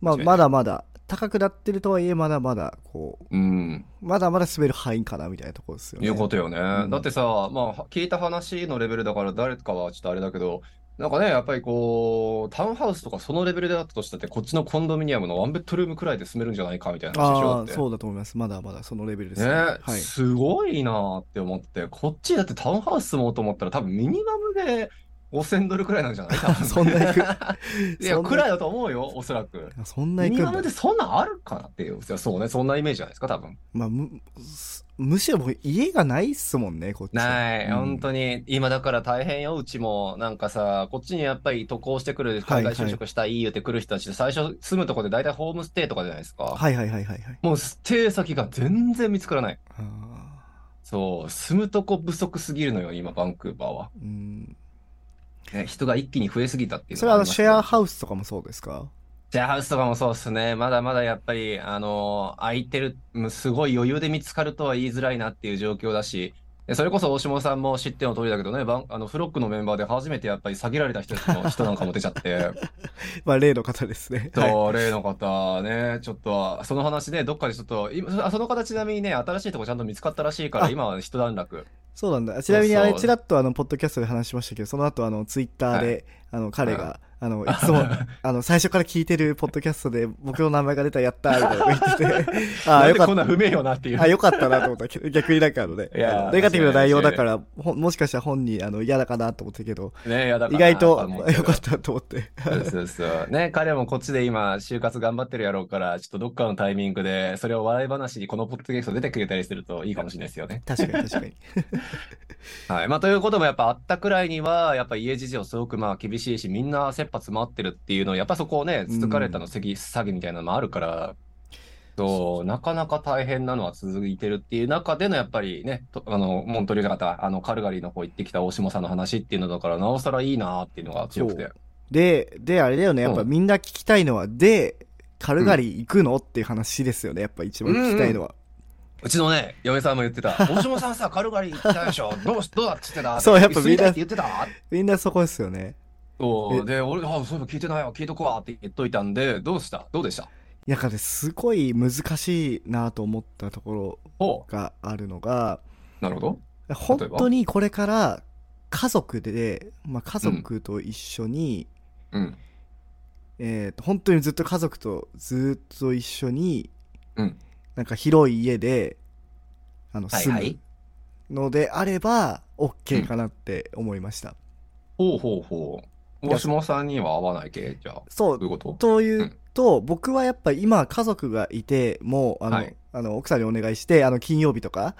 [SPEAKER 2] まあ
[SPEAKER 1] 確かに
[SPEAKER 2] まだまだ、高くなってるとはいえ、まだまだ、こう、
[SPEAKER 1] うん。
[SPEAKER 2] まだまだ滑る範囲かなみたいなところですよね。
[SPEAKER 1] いうことよね。
[SPEAKER 2] ん
[SPEAKER 1] だってさ、まあ、聞いた話のレベルだから誰かはちょっとあれだけど、なんかね、やっぱりこう、タウンハウスとかそのレベルだったとしたって、こっちのコンドミニアムのワンベッドルームくらいで住めるんじゃないかみたいな話でしょだ
[SPEAKER 2] あ
[SPEAKER 1] っ
[SPEAKER 2] あ、
[SPEAKER 1] て。
[SPEAKER 2] そうだと思います。まだまだそのレベルです
[SPEAKER 1] ね、
[SPEAKER 2] はい。
[SPEAKER 1] すごいなーって思って、こっちだってタウンハウス住もうと思ったら多分ミニマムで5000ドルくらいなんじゃない多分
[SPEAKER 2] そんな行く
[SPEAKER 1] いや、
[SPEAKER 2] そんな
[SPEAKER 1] くらいだと思うよ、おそらく。
[SPEAKER 2] あそんな
[SPEAKER 1] ミ
[SPEAKER 2] 行
[SPEAKER 1] ニ
[SPEAKER 2] く
[SPEAKER 1] マ
[SPEAKER 2] ん
[SPEAKER 1] ム
[SPEAKER 2] だ
[SPEAKER 1] で。そんなんあるかなっていう。いやそうね、そんなイメージじゃないですか、多分。
[SPEAKER 2] まあ、むすむしろ僕家がないっすもんね、こっちは。
[SPEAKER 1] ない、
[SPEAKER 2] うん
[SPEAKER 1] 本当に。今だから大変よ、うちも。なんかさ、こっちにやっぱり渡航してくる、
[SPEAKER 2] は
[SPEAKER 1] 海
[SPEAKER 2] い
[SPEAKER 1] 外就職したい言うてくる人たちで、最初住むとこで大体ホームステイとかじゃないですか。
[SPEAKER 2] はいはいはいはいはい。
[SPEAKER 1] もうステイ先が全然見つからない。
[SPEAKER 2] ああ。
[SPEAKER 1] そう、住むとこ不足すぎるのよ、今、バンクーバーは。
[SPEAKER 2] うん
[SPEAKER 1] ね、人が一気に増えすぎたっていう
[SPEAKER 2] それはあの
[SPEAKER 1] ります
[SPEAKER 2] シ
[SPEAKER 1] け
[SPEAKER 2] ェ
[SPEAKER 1] ど
[SPEAKER 2] アハウスとかもそうですか
[SPEAKER 1] シェアハウスとかもそうですね。まだまだやっぱり、あのー空いてる、うんすごい余裕で見つかるとは言いづらいなっていう状況だし、でそれこそ大下さんも知っての通りだけどね、バンあのフロックのメンバーで初めてやっぱり下げられた人の人なんかも出ちゃ って、
[SPEAKER 2] まあ例の方ですね。はい
[SPEAKER 1] と、例の方ね、ちょっと、その話ね、どっかでちょっと、今そあその方ちなみにね、新しいとこちゃんと見つかったらしいから、
[SPEAKER 2] あ
[SPEAKER 1] 今は一段落。
[SPEAKER 2] そうなんだ。ちなみにあれ、
[SPEAKER 1] そう
[SPEAKER 2] ちらっとあの、ポッドキャストで話しましたけど、その後あの、ツイッター
[SPEAKER 1] は
[SPEAKER 2] で、あの、彼が、あの、い つも、あの、最初から聞いてるポッドキャストで、僕の名前が出たやったーみたいなこと言って て、あ
[SPEAKER 1] な
[SPEAKER 2] あ、
[SPEAKER 1] ん
[SPEAKER 2] よ
[SPEAKER 1] で
[SPEAKER 2] か
[SPEAKER 1] こ
[SPEAKER 2] っ
[SPEAKER 1] んなん不名誉なっていう
[SPEAKER 2] た。あ、。よかったなと思ったけど、逆になんかあのね、
[SPEAKER 1] いやー
[SPEAKER 2] あのネガティブな内容だから、ほんもしかしたら本人、あの、嫌だかなと思ったけど、
[SPEAKER 1] ね、いやだから
[SPEAKER 2] 意外と
[SPEAKER 1] 思う、けど
[SPEAKER 2] よかったと思って。
[SPEAKER 1] そうそうそう。ね、彼もこっちで今、就活頑張ってるやろうから、ちょっとどっかのタイミングで、それを笑い話にこのポッドキャスト出てくれたりするといいかもしれないですよね。
[SPEAKER 2] 確かに確かに。
[SPEAKER 1] はい。まあ、ということもやっぱあったくらいには、やっぱ家事情すごくまあ厳しいし、みんな切羽詰まってるっていうのを、やっぱそこをね、つつかれたの、詐欺、詐欺みたいなのもあるから、そう、なかなか大変なのは続いてるっていう中での、やっぱりね、とあの、モントリオールの方、あの、カルガリーの方行ってきた大下さんの話っていうのだから、なおさらいいなっていうのが強くて。
[SPEAKER 2] で、で、あれだよね、やっぱ
[SPEAKER 1] うん
[SPEAKER 2] みんな聞きたいのは、で、カルガリー行くのっていう話ですよね、やっぱ一番聞きたいのは。
[SPEAKER 1] うちのね、嫁さんも言って た。大島さんさ、カルガリー行ってたでしょ。どうし、どうだっつってた。
[SPEAKER 2] そうやっぱ
[SPEAKER 1] み
[SPEAKER 2] み
[SPEAKER 1] ん
[SPEAKER 2] ん
[SPEAKER 1] な
[SPEAKER 2] な
[SPEAKER 1] って言ってた。
[SPEAKER 2] みんなそこですよね。
[SPEAKER 1] そう。で、俺、あ、そういえば聞いてないわ、聞いとこわって言っといたんで、どうしたどうでした
[SPEAKER 2] いや、だからすごい難しいなと思ったところ
[SPEAKER 1] ほ
[SPEAKER 2] があるのが、
[SPEAKER 1] う。なるほど。
[SPEAKER 2] 本当にこれから家族で、まあ、家族と一緒に
[SPEAKER 1] うん。
[SPEAKER 2] えーと本当にずっと家族とずっと一緒に、
[SPEAKER 1] うん
[SPEAKER 2] なんか広い家であの
[SPEAKER 1] はい
[SPEAKER 2] 住
[SPEAKER 1] はい。
[SPEAKER 2] むのであれば OK かなって思いました、
[SPEAKER 1] ほうほうほう。大島さんには合わない系じゃあ。
[SPEAKER 2] そ
[SPEAKER 1] どういううこと
[SPEAKER 2] というと、僕はやっぱ今家族がいてもうあの、
[SPEAKER 1] はい
[SPEAKER 2] あの奥さんにお願いしてあの金曜日とか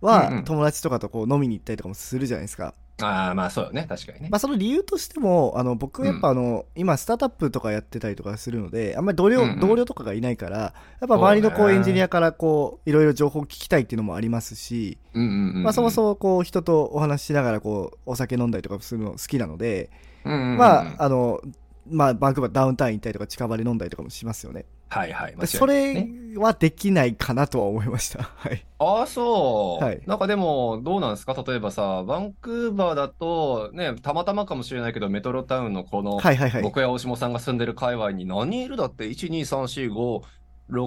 [SPEAKER 2] は、
[SPEAKER 1] うんうん
[SPEAKER 2] 友達とかとこう飲みに行ったりとかもするじゃないですか、
[SPEAKER 1] ああ、まあそうよね。確かにね。
[SPEAKER 2] まあ、その理由としてもあの僕はやっぱあの、今スタートアップとかやってたりとかするのであんまり同僚,、
[SPEAKER 1] うんうん
[SPEAKER 2] 同僚とかがいないからやっぱ周りのこ
[SPEAKER 1] そう
[SPEAKER 2] う
[SPEAKER 1] ね
[SPEAKER 2] エンジニアからこういろいろ情報を聞きたいっていうのもありますし、
[SPEAKER 1] うんうんうん。
[SPEAKER 2] まあ、そもそもこう人とお話ししながらこうお酒飲んだりとかするの好きなので、
[SPEAKER 1] うんうんうん。
[SPEAKER 2] まああのまあバンクーバーダウンタウン行ったりとか近場で飲んだりとかもしますよね
[SPEAKER 1] はいはい。間違いない
[SPEAKER 2] それ
[SPEAKER 1] ね
[SPEAKER 2] はできないかなとは思いました。 はい。
[SPEAKER 1] ああ、そう。
[SPEAKER 2] はい
[SPEAKER 1] なんかでも、どうなんですか例えばさ、バンクーバーだと、ね、たまたまかもしれないけど、メトロタウンのこの、
[SPEAKER 2] はいはいはい。
[SPEAKER 1] 僕や大島さんが住んでる界隈に何人いるだって、1、2、3、4、5、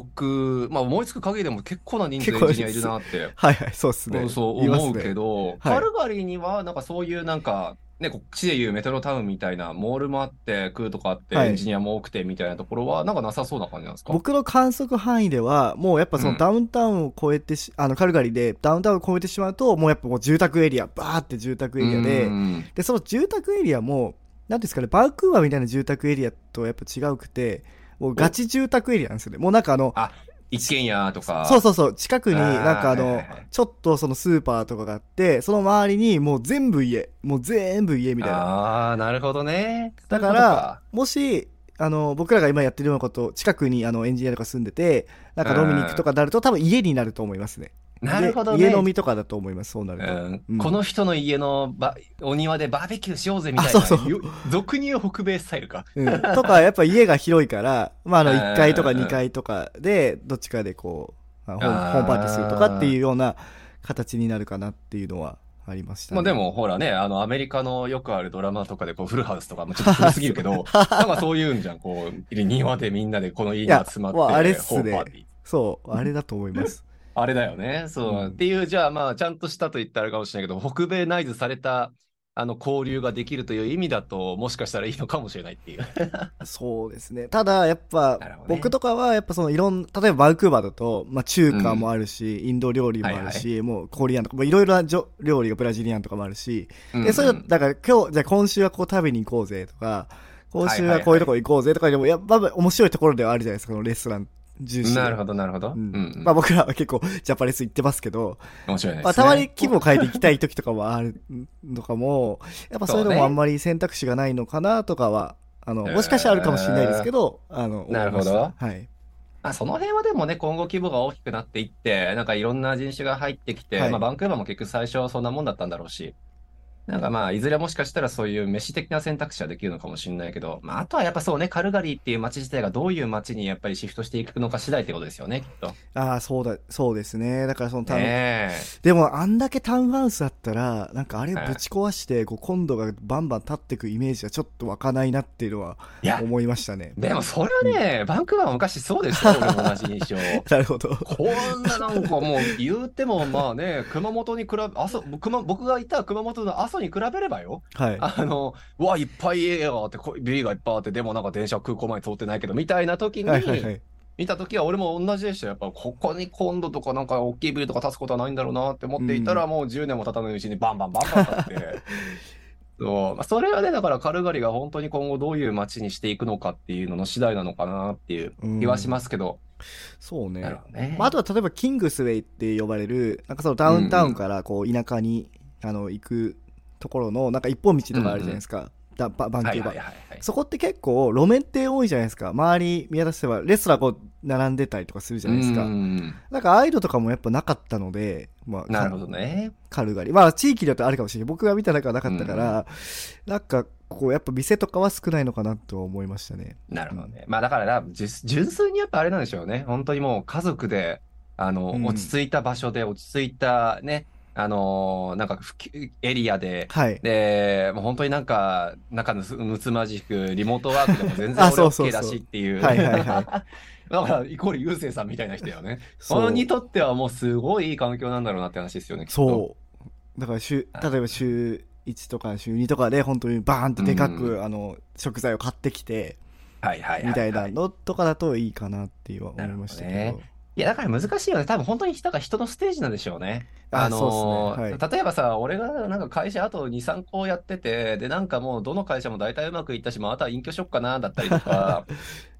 [SPEAKER 1] 6、まあ思いつく限りでも結構な人数のエンジニアいるなって、
[SPEAKER 2] はいはい、そうです
[SPEAKER 1] う
[SPEAKER 2] ね。
[SPEAKER 1] んそう
[SPEAKER 2] います
[SPEAKER 1] 思う
[SPEAKER 2] ね
[SPEAKER 1] けど、カルガリーにはなんかそういうなんか、ね、こっちでいうメトロタウンみたいな、モールもあって、クーとかあって、
[SPEAKER 2] はい
[SPEAKER 1] エンジニアも多くてみたいなところは、なんかなさそうな感じなんですか
[SPEAKER 2] 僕の観測範囲では、もうやっぱそうの
[SPEAKER 1] ん
[SPEAKER 2] ダウンタウンを越えてし、あの、カルガリーでダウンタウンを越えてしまうと、もうやっぱもう住宅エリア、バーって住宅エリア
[SPEAKER 1] う
[SPEAKER 2] で、
[SPEAKER 1] ん
[SPEAKER 2] で、その住宅エリアも、なんていうんですかね、バンクーバーみたいな住宅エリアとやっぱ違うくて、もうガチ住宅エリアなんですよね。もうなんかあの、
[SPEAKER 1] 一軒家とか。
[SPEAKER 2] そうそうそう、近くに
[SPEAKER 1] あー
[SPEAKER 2] なんかあ
[SPEAKER 1] はい
[SPEAKER 2] の
[SPEAKER 1] はいはい、
[SPEAKER 2] ちょっとそのスーパーとかがあって、その周りにもう全部家、もう全部家みたいな。
[SPEAKER 1] ああー、なるほどね。
[SPEAKER 2] だから、もし、あの、僕らが今やってるようなこと、近くにあのエンジニアとか住んでて、なんか飲みに行くとかなると、多分家になると思いますね。
[SPEAKER 1] そういうことかなるほどね。
[SPEAKER 2] 家家飲みとかだと思います、そうなると。
[SPEAKER 1] う
[SPEAKER 2] うん
[SPEAKER 1] ん、この人の家のばお庭でバーベキューしようぜみたい
[SPEAKER 2] あ
[SPEAKER 1] な、
[SPEAKER 2] そうそう
[SPEAKER 1] よ俗に言う北米スタイルか。
[SPEAKER 2] うん、とか、やっぱ家が広いから、まあ、あの、
[SPEAKER 1] うん
[SPEAKER 2] 1階とか2階とかで、どっちかでこう、まあホーム
[SPEAKER 1] あー
[SPEAKER 2] ホームパーティーするとかっていうような形になるかなっていうのはありました、
[SPEAKER 1] まあ、で、もほらね、あのアメリカのよくあるドラマとかでこうフルハウスとかもちょっと古すぎるけ ど、なんかそういうんじゃん、こう庭でみんなでこの家に集まって、
[SPEAKER 2] いやもうあれっす
[SPEAKER 1] ホー
[SPEAKER 2] ね
[SPEAKER 1] ムパーティー。
[SPEAKER 2] そう、あれだと思います。
[SPEAKER 1] あれだよね。そう。
[SPEAKER 2] うん
[SPEAKER 1] っていう、じゃあまあ、ちゃんとしたと言ったらあれかもしれないけど、北米内図されたあの交流ができるという意味だと、もしかしたらいいのかもしれないっていう。
[SPEAKER 2] そうですね。ただ、やっぱ
[SPEAKER 1] なるほ、どね
[SPEAKER 2] 僕とかは、やっぱそのいろん、例えばバンクーバーだと、まあ中華もあるし、インド料理もあるし、もうコリアンとか、もういろいろなじょ料理がブラジリアンとかもあるし、で、それ
[SPEAKER 1] うんうん
[SPEAKER 2] だから今日、じゃあ今週はここ食べに行こうぜとか、今週はこういうとこ行こうぜとか、でも、やっぱ面白いところではあるじゃないですか、このレストラン重視で。
[SPEAKER 1] なるほど、なるほど。う
[SPEAKER 2] うんん
[SPEAKER 1] うん
[SPEAKER 2] まあ僕らは結構ジャパレス行ってますけど、
[SPEAKER 1] 面白いね
[SPEAKER 2] まあ、たまに気分を変えていきたい時とかもあるの かも、やっぱそういうの
[SPEAKER 1] そうね
[SPEAKER 2] もあんまり選択肢がないのかなとかは、あの、
[SPEAKER 1] へー
[SPEAKER 2] もしかしたらあるかもしれないですけど、あの、思いました
[SPEAKER 1] なるほど
[SPEAKER 2] はい。
[SPEAKER 1] まあ、その辺はでもね、今後規模が大きくなっていって、なんかいろんな人種が入ってきて、
[SPEAKER 2] はい
[SPEAKER 1] まあ、バンクーバーも結局最初はそんなもんだったんだろうし、なんかまあ、いずれもしかしたらそういう飯的な選択肢はできるのかもしれないけど、まあ、あとはやっぱそうね、カルガリーっていう街自体がどういう街にやっぱりシフトしていくのか次第ってことですよね、きっと。
[SPEAKER 2] ああ、そうだ、そうですね。だからそのタウン、
[SPEAKER 1] ねえ。
[SPEAKER 2] でもあんだけタウンハウスあったら、なんかあれ
[SPEAKER 1] はい
[SPEAKER 2] ぶち壊して、こう、今度がバンバン立ってくイメージはちょっと湧かないなっていうのはい
[SPEAKER 1] や、
[SPEAKER 2] 思いました ね。
[SPEAKER 1] でもそれはね、バンクーバーも昔そうで したよ、俺も同じ印象。
[SPEAKER 2] なるほど。
[SPEAKER 1] こんななんかもう言うてもまあね、熊本に比べ、阿蘇、熊僕がいた熊本の阿蘇に比べればよ、
[SPEAKER 2] はい。
[SPEAKER 1] あの、うわ、いっぱい家があって、こビルがいっぱいあって、でもなんか電車空港前通ってないけど、みたいな時に、
[SPEAKER 2] はいはいはい。。
[SPEAKER 1] 見た時は俺も同じでしたよ。やっぱ、ここに今度とかなんか大きいビルとか建つことはないんだろうなって思っていたら、もう10年も経たないうちにバンバンバンバン建って。そうまあ、それはね、だからカルガリが本当に今後どういう街にしていくのかっていうのの次第なのかなっていう気はしますすけど。
[SPEAKER 2] そうね。
[SPEAKER 1] なるほどね。
[SPEAKER 2] まあ、あとは例えばキングスウェイって呼ばれるなんかそのダウンタウンからこう田舎に、あの行くところのなんか一本道とかあるじゃないですか、だババンキューバ
[SPEAKER 1] はい
[SPEAKER 2] ー、
[SPEAKER 1] はいはいはい。
[SPEAKER 2] そこって結構路面店多いじゃないですか周り見渡せばレストランこう並んでたりとかするじゃないですか、
[SPEAKER 1] うん
[SPEAKER 2] なんかああいうのとかもやっぱなかったので、まあ、
[SPEAKER 1] なるほどね。
[SPEAKER 2] カルガリまあ地域だとあるかもしれない僕が見た中はなかったから、なんかこうやっぱ店とかは少ないのかなとは思いましたね
[SPEAKER 1] なるほどね。まあだからな、じ純粋にやっぱあれなんでしょうね。本当にもう家族で、あの、
[SPEAKER 2] うん
[SPEAKER 1] 落ち着いた場所で、落ち着いたね、あのーなんか普及エリアで、
[SPEAKER 2] はい
[SPEAKER 1] で、もう本当になんか、仲むつむつまじく、リモートワークでも全然
[SPEAKER 2] あ
[SPEAKER 1] 俺
[SPEAKER 2] そうそう
[SPEAKER 1] OK だしっていう。
[SPEAKER 2] はいはいはい
[SPEAKER 1] だから、イコールゆうせいさんみたいな人だよね。
[SPEAKER 2] そ
[SPEAKER 1] そ
[SPEAKER 2] う
[SPEAKER 1] のにとってはもうすごいいい環境なんだろうなって話ですよね。きっと
[SPEAKER 2] そう。だから週、
[SPEAKER 1] はい
[SPEAKER 2] 例えば週1とか週2とかで、本当にバーンってでかく、あの、食材を買ってきて、
[SPEAKER 1] はいはいはい、はい。
[SPEAKER 2] みたいなのとかだといいかなっていうは思いましたけど。
[SPEAKER 1] なるほどいや、だから難しいよね。多分本当に人が人のステージなんでしょうね。
[SPEAKER 2] あ
[SPEAKER 1] あの
[SPEAKER 2] そうっすね
[SPEAKER 1] 例えばさ、俺がなんか会社あと2、3個やってて、で、なんかもうどの会社も大体うまくいったし、まあ、あとは隠居しよっかな、だったりと か、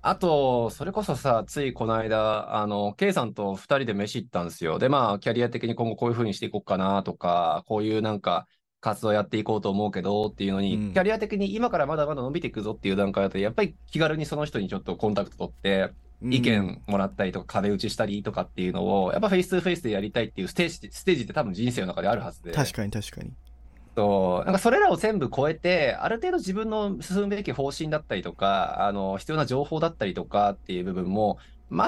[SPEAKER 1] あと、それこそさ、ついこの間、あの、K さんと2人で飯行ったんですよ。で、まあ、キャリア的に今後こういう風にしていこうかなとか、こういうなんか、活動やっていこうと思うけどっていうのに、
[SPEAKER 2] うん
[SPEAKER 1] キャリア的に今からまだまだ伸びていくぞっていう段階だと、やっぱり気軽にその人にちょっとコンタクト取って、意見もらったりとか壁打ちしたりとかっていうのをやっぱフェイス2フェイスでやりたいっていうステージステージって多分人生の中であるはず
[SPEAKER 2] う
[SPEAKER 1] で
[SPEAKER 2] ん確かに確かに。
[SPEAKER 1] そうなんかそれらを全部超えてある程度自分の進むべき方針だったりとかあの必要な情報だったりとかっていう部分も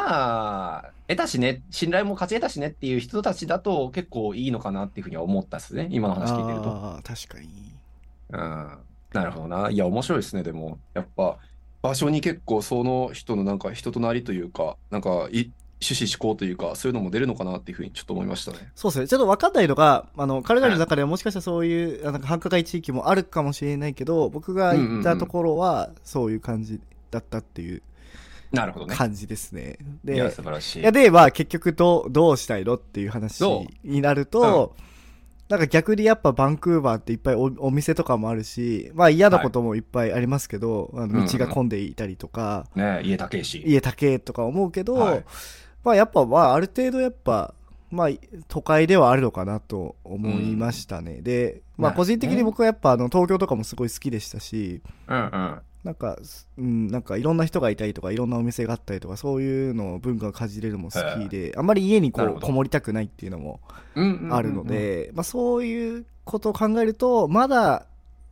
[SPEAKER 1] まあ得たしね信頼も勝ち得たしねっていう人たちだと結構いいのかなっていうふうには思ったっすね今の話聞いてると。
[SPEAKER 2] ああ、確かに。
[SPEAKER 1] うんなるほどな。いや、面白いですね、でも。やっぱ、場所に結構その人のなんか人となりというか、なんかい、趣旨思考というか、そういうのも出るのかなっていうふうにちょっと思いましたね。
[SPEAKER 2] そうですね。ちょっと分かんないのが、あの、カルガリーの中でもしかしたらそういう、あなんか繁華街地域もあるかもしれないけど、僕が行ったところは、そういう感じだったっていう
[SPEAKER 1] なるほどね。
[SPEAKER 2] 感じですね。
[SPEAKER 1] いや、
[SPEAKER 2] で、
[SPEAKER 1] 素晴らし
[SPEAKER 2] い
[SPEAKER 1] い。
[SPEAKER 2] や、で、まあ結局どう、どうしたいのっていう話
[SPEAKER 1] ど
[SPEAKER 2] になると、なんか逆にやっぱバンクーバーっていっぱいおお店とかもあるし、まあ嫌なこともいっぱいありますけど、あの道が混んでいたりとか、
[SPEAKER 1] ね家高いし。
[SPEAKER 2] 家高えとか思うけど、
[SPEAKER 1] はい
[SPEAKER 2] まあやっぱまあある程度やっぱまあ都会ではあるのかなと思いましたね、でま
[SPEAKER 1] ま
[SPEAKER 2] あ
[SPEAKER 1] あね
[SPEAKER 2] 個人的に僕はやっぱあの東京とかもすごい好きでしたし
[SPEAKER 1] うんうん。
[SPEAKER 2] なんか、うん、なんかいろんな人がいたりとかいろんなお店があったりとかそういうのを文化をかじれるのも好きであんまり家にこ
[SPEAKER 1] なる
[SPEAKER 2] う
[SPEAKER 1] ほど
[SPEAKER 2] こもりたくないっていうのも
[SPEAKER 1] うんうんうんうん
[SPEAKER 2] あるので、。まあ、そういうことを考えるとまだ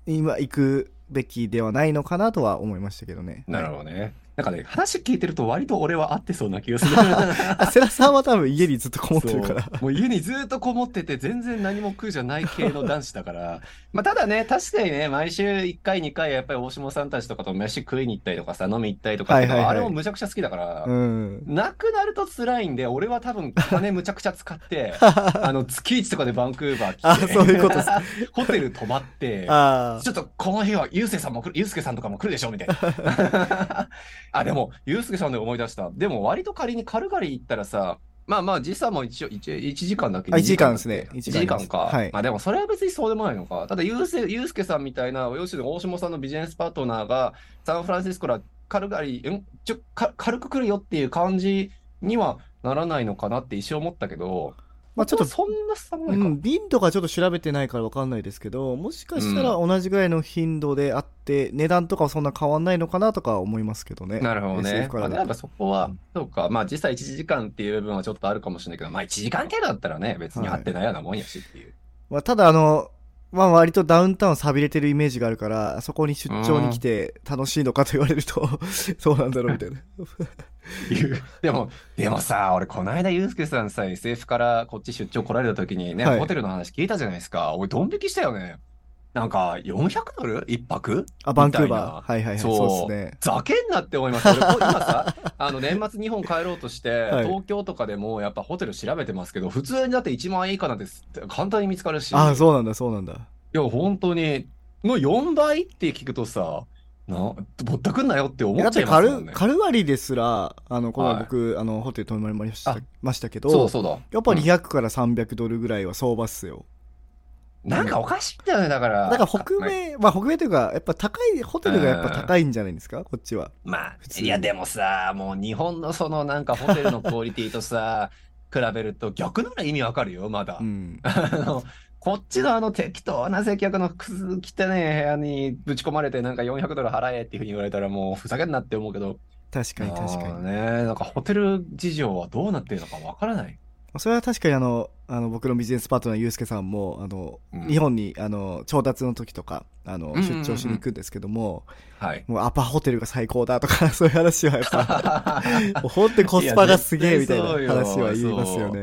[SPEAKER 2] 今行くべきではないのかなとは思いましたけ どね
[SPEAKER 1] なるほどね。なんかね、話聞いてると割と俺は合ってそうな気がする。
[SPEAKER 2] あ世良さんは多分家にずっとこもってるから
[SPEAKER 1] そうもう家にずっとこもってて全然何も食うじゃない系の男子だから まあただね確かにね毎週1回2回やっぱり大下さんたちとかと飯食いに行ったりとかさ飲み行ったりとかってのは
[SPEAKER 2] はいはいは
[SPEAKER 1] あ
[SPEAKER 2] い
[SPEAKER 1] れもむちゃくちゃ好きだから、
[SPEAKER 2] うん。
[SPEAKER 1] なくなると辛いんで俺は多分金むちゃくちゃ使って あの月1とかでバンクーバー来て
[SPEAKER 2] あそういうことっす
[SPEAKER 1] ホテル泊まって
[SPEAKER 2] あ
[SPEAKER 1] ちょっとこの日は、ゆうせいさんも来る、ゆうすけさんとかも来るでしょみたい な。あ、でも、ゆうすけさんで思い出した。でも、割と仮にカルガリー行ったらさ、まあまあ、時差も一応、一一時間だけ
[SPEAKER 2] あ
[SPEAKER 1] ど。
[SPEAKER 2] 一時間ですね
[SPEAKER 1] 1時
[SPEAKER 2] 一時間で
[SPEAKER 1] 間
[SPEAKER 2] す
[SPEAKER 1] か。
[SPEAKER 2] はい
[SPEAKER 1] まあでも、それは別にそうでもないのか。ただ、ゆうせい、ゆうすけさんみたいな、要するに大下さんのビジネスパートナーが、サンフランシスコからカルガリー、んちょ、か軽く来るよっていう感じにはならないのかなって一瞬思ったけど、
[SPEAKER 2] まあちょっと
[SPEAKER 1] そんな寒
[SPEAKER 2] あ。う
[SPEAKER 1] いか。
[SPEAKER 2] ん、瓶とかちょっと調べてないから分かんないですけど、もしかしたら同じぐらいの頻度であって、値段とかはそんな変わんないのかなとかは思いますけどね。
[SPEAKER 1] なるほど
[SPEAKER 2] SF
[SPEAKER 1] ね。
[SPEAKER 2] か
[SPEAKER 1] ま
[SPEAKER 2] ら
[SPEAKER 1] あ、
[SPEAKER 2] だ
[SPEAKER 1] で
[SPEAKER 2] と
[SPEAKER 1] やっぱそこは
[SPEAKER 2] うん、
[SPEAKER 1] そうか。まあ実際1時間っていう部分はちょっとあるかもしれないけど、まあ1時間程度だったらね、別に
[SPEAKER 2] はい
[SPEAKER 1] 張ってないようなもんやしっていう。
[SPEAKER 2] まあ、ただあの、まあ割とダウンタウン寂れてるイメージがあるから、そこに出張に来て楽しいのかと言われると、 そうなんだろうみ たいな。
[SPEAKER 1] いうでも、でもさ、俺この間ユースケさんさ、SF からこっち出張来られた時にね、
[SPEAKER 2] はい
[SPEAKER 1] ホテルの話聞いたじゃないですか。俺ドン引きしたよね。なんか400ドル一泊
[SPEAKER 2] あ、バンクー
[SPEAKER 1] みたい
[SPEAKER 2] バ
[SPEAKER 1] な
[SPEAKER 2] ー。はいはいはい。
[SPEAKER 1] そう
[SPEAKER 2] そうですね。
[SPEAKER 1] ざけんなって思いました。俺こう今 さ、あの年末日本帰ろうとして、
[SPEAKER 2] はい
[SPEAKER 1] 東京とかでもやっぱホテル調べてますけど、普通にだって1万円以下なんて簡単に見つかるし。
[SPEAKER 2] あ、そうなんだ、そうなんだ。
[SPEAKER 1] いや、本当に、の4倍って聞くとさ、な、ぼったくんなよって思
[SPEAKER 2] だ
[SPEAKER 1] っ
[SPEAKER 2] っ
[SPEAKER 1] ちゃ
[SPEAKER 2] て
[SPEAKER 1] いま
[SPEAKER 2] カ
[SPEAKER 1] すもん
[SPEAKER 2] ル、
[SPEAKER 1] ね。
[SPEAKER 2] カルガリーですら、あの、この前
[SPEAKER 1] はい
[SPEAKER 2] 僕、あの、ホテル泊まりまし
[SPEAKER 1] あ
[SPEAKER 2] たましたけど、
[SPEAKER 1] そうそうだ。
[SPEAKER 2] やっぱ
[SPEAKER 1] うん
[SPEAKER 2] 200から300ドルぐらいは相場っすよ。
[SPEAKER 1] なんかおかしいんだよね、だから。
[SPEAKER 2] だから北
[SPEAKER 1] まあ。
[SPEAKER 2] 米、まあ北米というか、やっぱ高い、ホテルがやっぱ高いんじゃないですか、こっちは。
[SPEAKER 1] まあ
[SPEAKER 2] 普、通
[SPEAKER 1] いや、でもさ、もう日本のそのなんかホテルのクオリティとさ、 比べると逆なら意味わかるよ、まだ
[SPEAKER 2] う。ん。
[SPEAKER 1] あの、こっちのあの適当な接客のくす汚ねえ部屋にぶち込まれてなんか400ドル払えっていうふうに言われたらもうふざけんなって思うけど。
[SPEAKER 2] 確かに確か
[SPEAKER 1] あー
[SPEAKER 2] に。
[SPEAKER 1] ね。なんかホテル事情はどうなってるのかわからない。
[SPEAKER 2] それは確かにあの、あの僕のビジネスパートナー、ゆうすけさんも、あの、
[SPEAKER 1] うん
[SPEAKER 2] 日本に、あの、調達の時とか、あの、
[SPEAKER 1] うんうんうん
[SPEAKER 2] 出張しに行くんですけども、
[SPEAKER 1] はい。
[SPEAKER 2] もうアパホテルが最高だとか、 そういう話はやっ ぱ、もう本当にコスパがすげえみたいな話は言いますよね。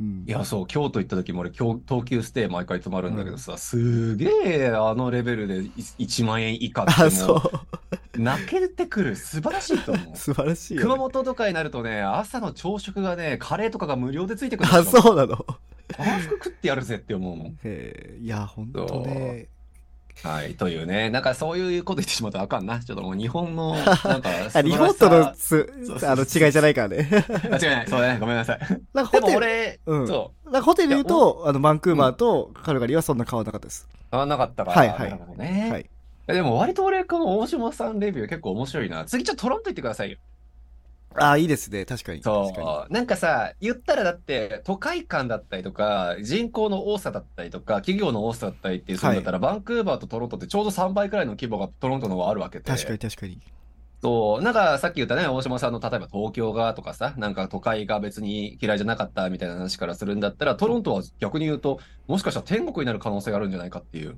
[SPEAKER 2] うん
[SPEAKER 1] いや、そう、京都行った時も俺、京東急ステイ毎回泊まるんだけどさ、すげえ、あのレベルでい1万円以下って
[SPEAKER 2] あ、
[SPEAKER 1] も、
[SPEAKER 2] そう
[SPEAKER 1] 泣けてくる、素晴らしいと思う
[SPEAKER 2] う。。素晴らしいよね、
[SPEAKER 1] 熊本とかになるとね、朝の朝食がね、カレーとかが無料でついてくるん
[SPEAKER 2] あ、
[SPEAKER 1] ですよ。
[SPEAKER 2] そうなの。
[SPEAKER 1] パワフル食ってやるぜって思うもん。
[SPEAKER 2] えーいや、ほんとね。
[SPEAKER 1] はい、というね、なんかそういうこと言ってしまうとあかんな。ちょっともう日本の、なんか
[SPEAKER 2] 、あ日本との
[SPEAKER 1] 素
[SPEAKER 2] つ
[SPEAKER 1] そうそう
[SPEAKER 2] あの違いじゃないからね。
[SPEAKER 1] 晴らしさ、間違いない。そうだね、ごめんなさい。
[SPEAKER 2] なんか
[SPEAKER 1] で
[SPEAKER 2] ホ
[SPEAKER 1] も
[SPEAKER 2] テル、
[SPEAKER 1] 俺、
[SPEAKER 2] うん
[SPEAKER 1] そ
[SPEAKER 2] なんかホテル言うと、あの、バンクーバーとカルガリーはそんな変わらなかったです。
[SPEAKER 1] う、合わなかったから、
[SPEAKER 2] はいはい
[SPEAKER 1] なるほどね。
[SPEAKER 2] はい。
[SPEAKER 1] えでも割と俺、この大島さんレビュー結構面白いな。次ちょっとトロンと言ってくださいよ。
[SPEAKER 2] ああ、いいですね。確かに。確かに
[SPEAKER 1] そう。なんかさ、言ったらだって、都会感だったりとか、人口の多さだったりとか、企業の多さだったりっていうそういうんだったら、バンクーバーとトロントってちょうど3倍くらいの規模がトロントの方があるわけで。
[SPEAKER 2] 確かに確かに。
[SPEAKER 1] そう。なんかさっき言ったね、大島さんの例えば東京がとかさ、なんか都会が別に嫌いじゃなかったみたいな話からするんだったら、トロントは逆に言うと、もしかしたら天国になる可能性があるんじゃないかっていう。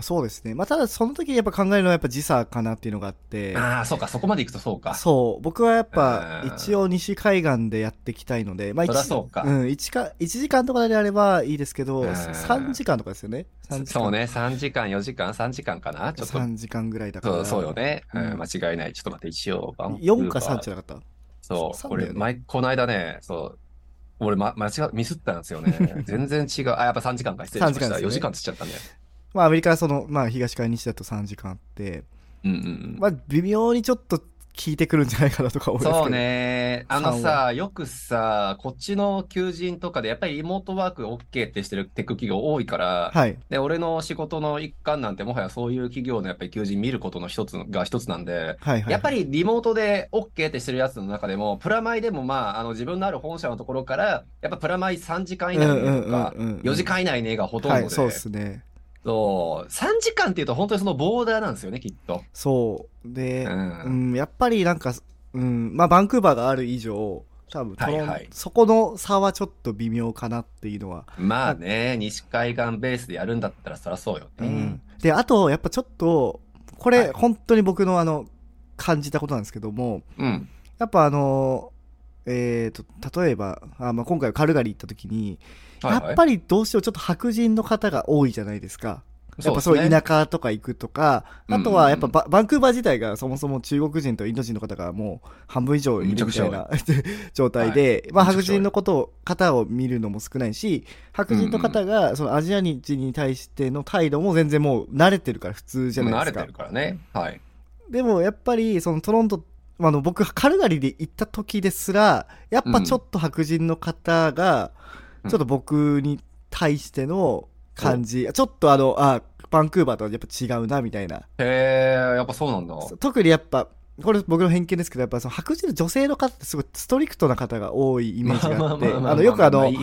[SPEAKER 2] そうですね。まあ、ただその時にやっぱ考えるのはやっぱ時差かなっていうのがあって、
[SPEAKER 1] ああ、そうか、そこまで行くとそうか。
[SPEAKER 2] そう、僕はやっぱ
[SPEAKER 1] うん
[SPEAKER 2] 一応西海岸でやっていきたいので、まあ
[SPEAKER 1] そりゃそうか
[SPEAKER 2] ん、1, か一時間とかであればいいですけど、
[SPEAKER 1] うん
[SPEAKER 2] 3時間とかですよね。3時間
[SPEAKER 1] そうね、3時間、4時間、3時間かな。ちょっと。
[SPEAKER 2] 3時間ぐらいだか
[SPEAKER 1] そ
[SPEAKER 2] ら。
[SPEAKER 1] うそうよね、うん
[SPEAKER 2] うん
[SPEAKER 1] 間違いない。ちょっと待って、一応、バンクーバー
[SPEAKER 2] 4か3じゃなかった
[SPEAKER 1] そ、
[SPEAKER 2] そううな
[SPEAKER 1] 俺、
[SPEAKER 2] んだよね
[SPEAKER 1] 前、この間ね、そう、俺、ま、間違っ、ミスったんですよ ね。全然違う。あ、やっぱ3時間か、失礼しました。
[SPEAKER 2] 3
[SPEAKER 1] 4時
[SPEAKER 2] 時
[SPEAKER 1] 間
[SPEAKER 2] 間
[SPEAKER 1] つっちゃったね。
[SPEAKER 2] まあ、アメリカはその、まあ、東から西だと3時間あって、
[SPEAKER 1] うんうん
[SPEAKER 2] まあ、微妙にちょっと効いてくるんじゃないかなとか
[SPEAKER 1] うん。
[SPEAKER 2] 思いますけど。
[SPEAKER 1] そう。ね。あの
[SPEAKER 2] 3
[SPEAKER 1] さ、よくさ、こっちの求人とかで、やっぱりリモートワーク OK ってしてるテック企業多いから、
[SPEAKER 2] はい。
[SPEAKER 1] で、俺の仕事の一環なんて、もはやそういう企業のやっぱり求人見ることの一つが一つなんで、
[SPEAKER 2] はいはい。
[SPEAKER 1] やっぱりリモートで OK ってしてるやつの中でも、プラマイでもまあ、あの自分のある本社のところから、やっぱプラマイ3時間以内の絵とか、
[SPEAKER 2] うんうんうんうん
[SPEAKER 1] 4時間以内の絵がほとんど
[SPEAKER 2] は
[SPEAKER 1] で、
[SPEAKER 2] い、そうですね。
[SPEAKER 1] そう3時間っていうと本当にそのボーダーなんですよね、きっと。
[SPEAKER 2] そう。で、
[SPEAKER 1] う。
[SPEAKER 2] うんん、やっぱりなんか、うん、まあ、バンクーバーがある以上、多分トロン、
[SPEAKER 1] はいはい
[SPEAKER 2] そこの差はちょっと微妙かなっていうのは。
[SPEAKER 1] まあね、西海岸ベースでやるんだったらそりゃそうよ
[SPEAKER 2] う
[SPEAKER 1] ね。
[SPEAKER 2] んで、あと、やっぱちょっと、これ、
[SPEAKER 1] はい
[SPEAKER 2] 本当に僕のあの、感じたことなんですけども、
[SPEAKER 1] うん。
[SPEAKER 2] やっぱあの、えー、と、例えば、あまあ、今回カルガリー行った時に、
[SPEAKER 1] はいは
[SPEAKER 2] やっ
[SPEAKER 1] い
[SPEAKER 2] ぱりどうしてもちょっと白人の方が多いじゃないですか。やっぱ
[SPEAKER 1] そ
[SPEAKER 2] そうう
[SPEAKER 1] です
[SPEAKER 2] いう
[SPEAKER 1] ね
[SPEAKER 2] 田舎とか行くとか、あとはやっぱバ,、バンクーバー自体がそもそも中国人とインド人の方がもう半分以上いるみたいな 状態で、まあ
[SPEAKER 1] めちゃ
[SPEAKER 2] 白
[SPEAKER 1] くちゃ多い
[SPEAKER 2] 人のことを、方を見るのも少ないし、白人の方がそのアジア人に対しての態度も全然もう慣れてるから普通じゃない
[SPEAKER 1] 慣れ
[SPEAKER 2] です
[SPEAKER 1] て
[SPEAKER 2] か
[SPEAKER 1] る。からね。はい。
[SPEAKER 2] でもやっぱりそのトロント、あの僕カルガリーで行った時ですら、やっぱちょっと白人の方が、
[SPEAKER 1] うん
[SPEAKER 2] ちょっと僕に対しての感じ、ちょっとあの、あ、バンクーバーとはやっぱ違うなみたいな。
[SPEAKER 1] へえ、やっぱそうなんだ。
[SPEAKER 2] 特にやっぱこれ僕の偏見ですけどやっぱその白人の女性の方ってすごいストリクトな方が多いイメージがあってあのよくあの
[SPEAKER 1] いい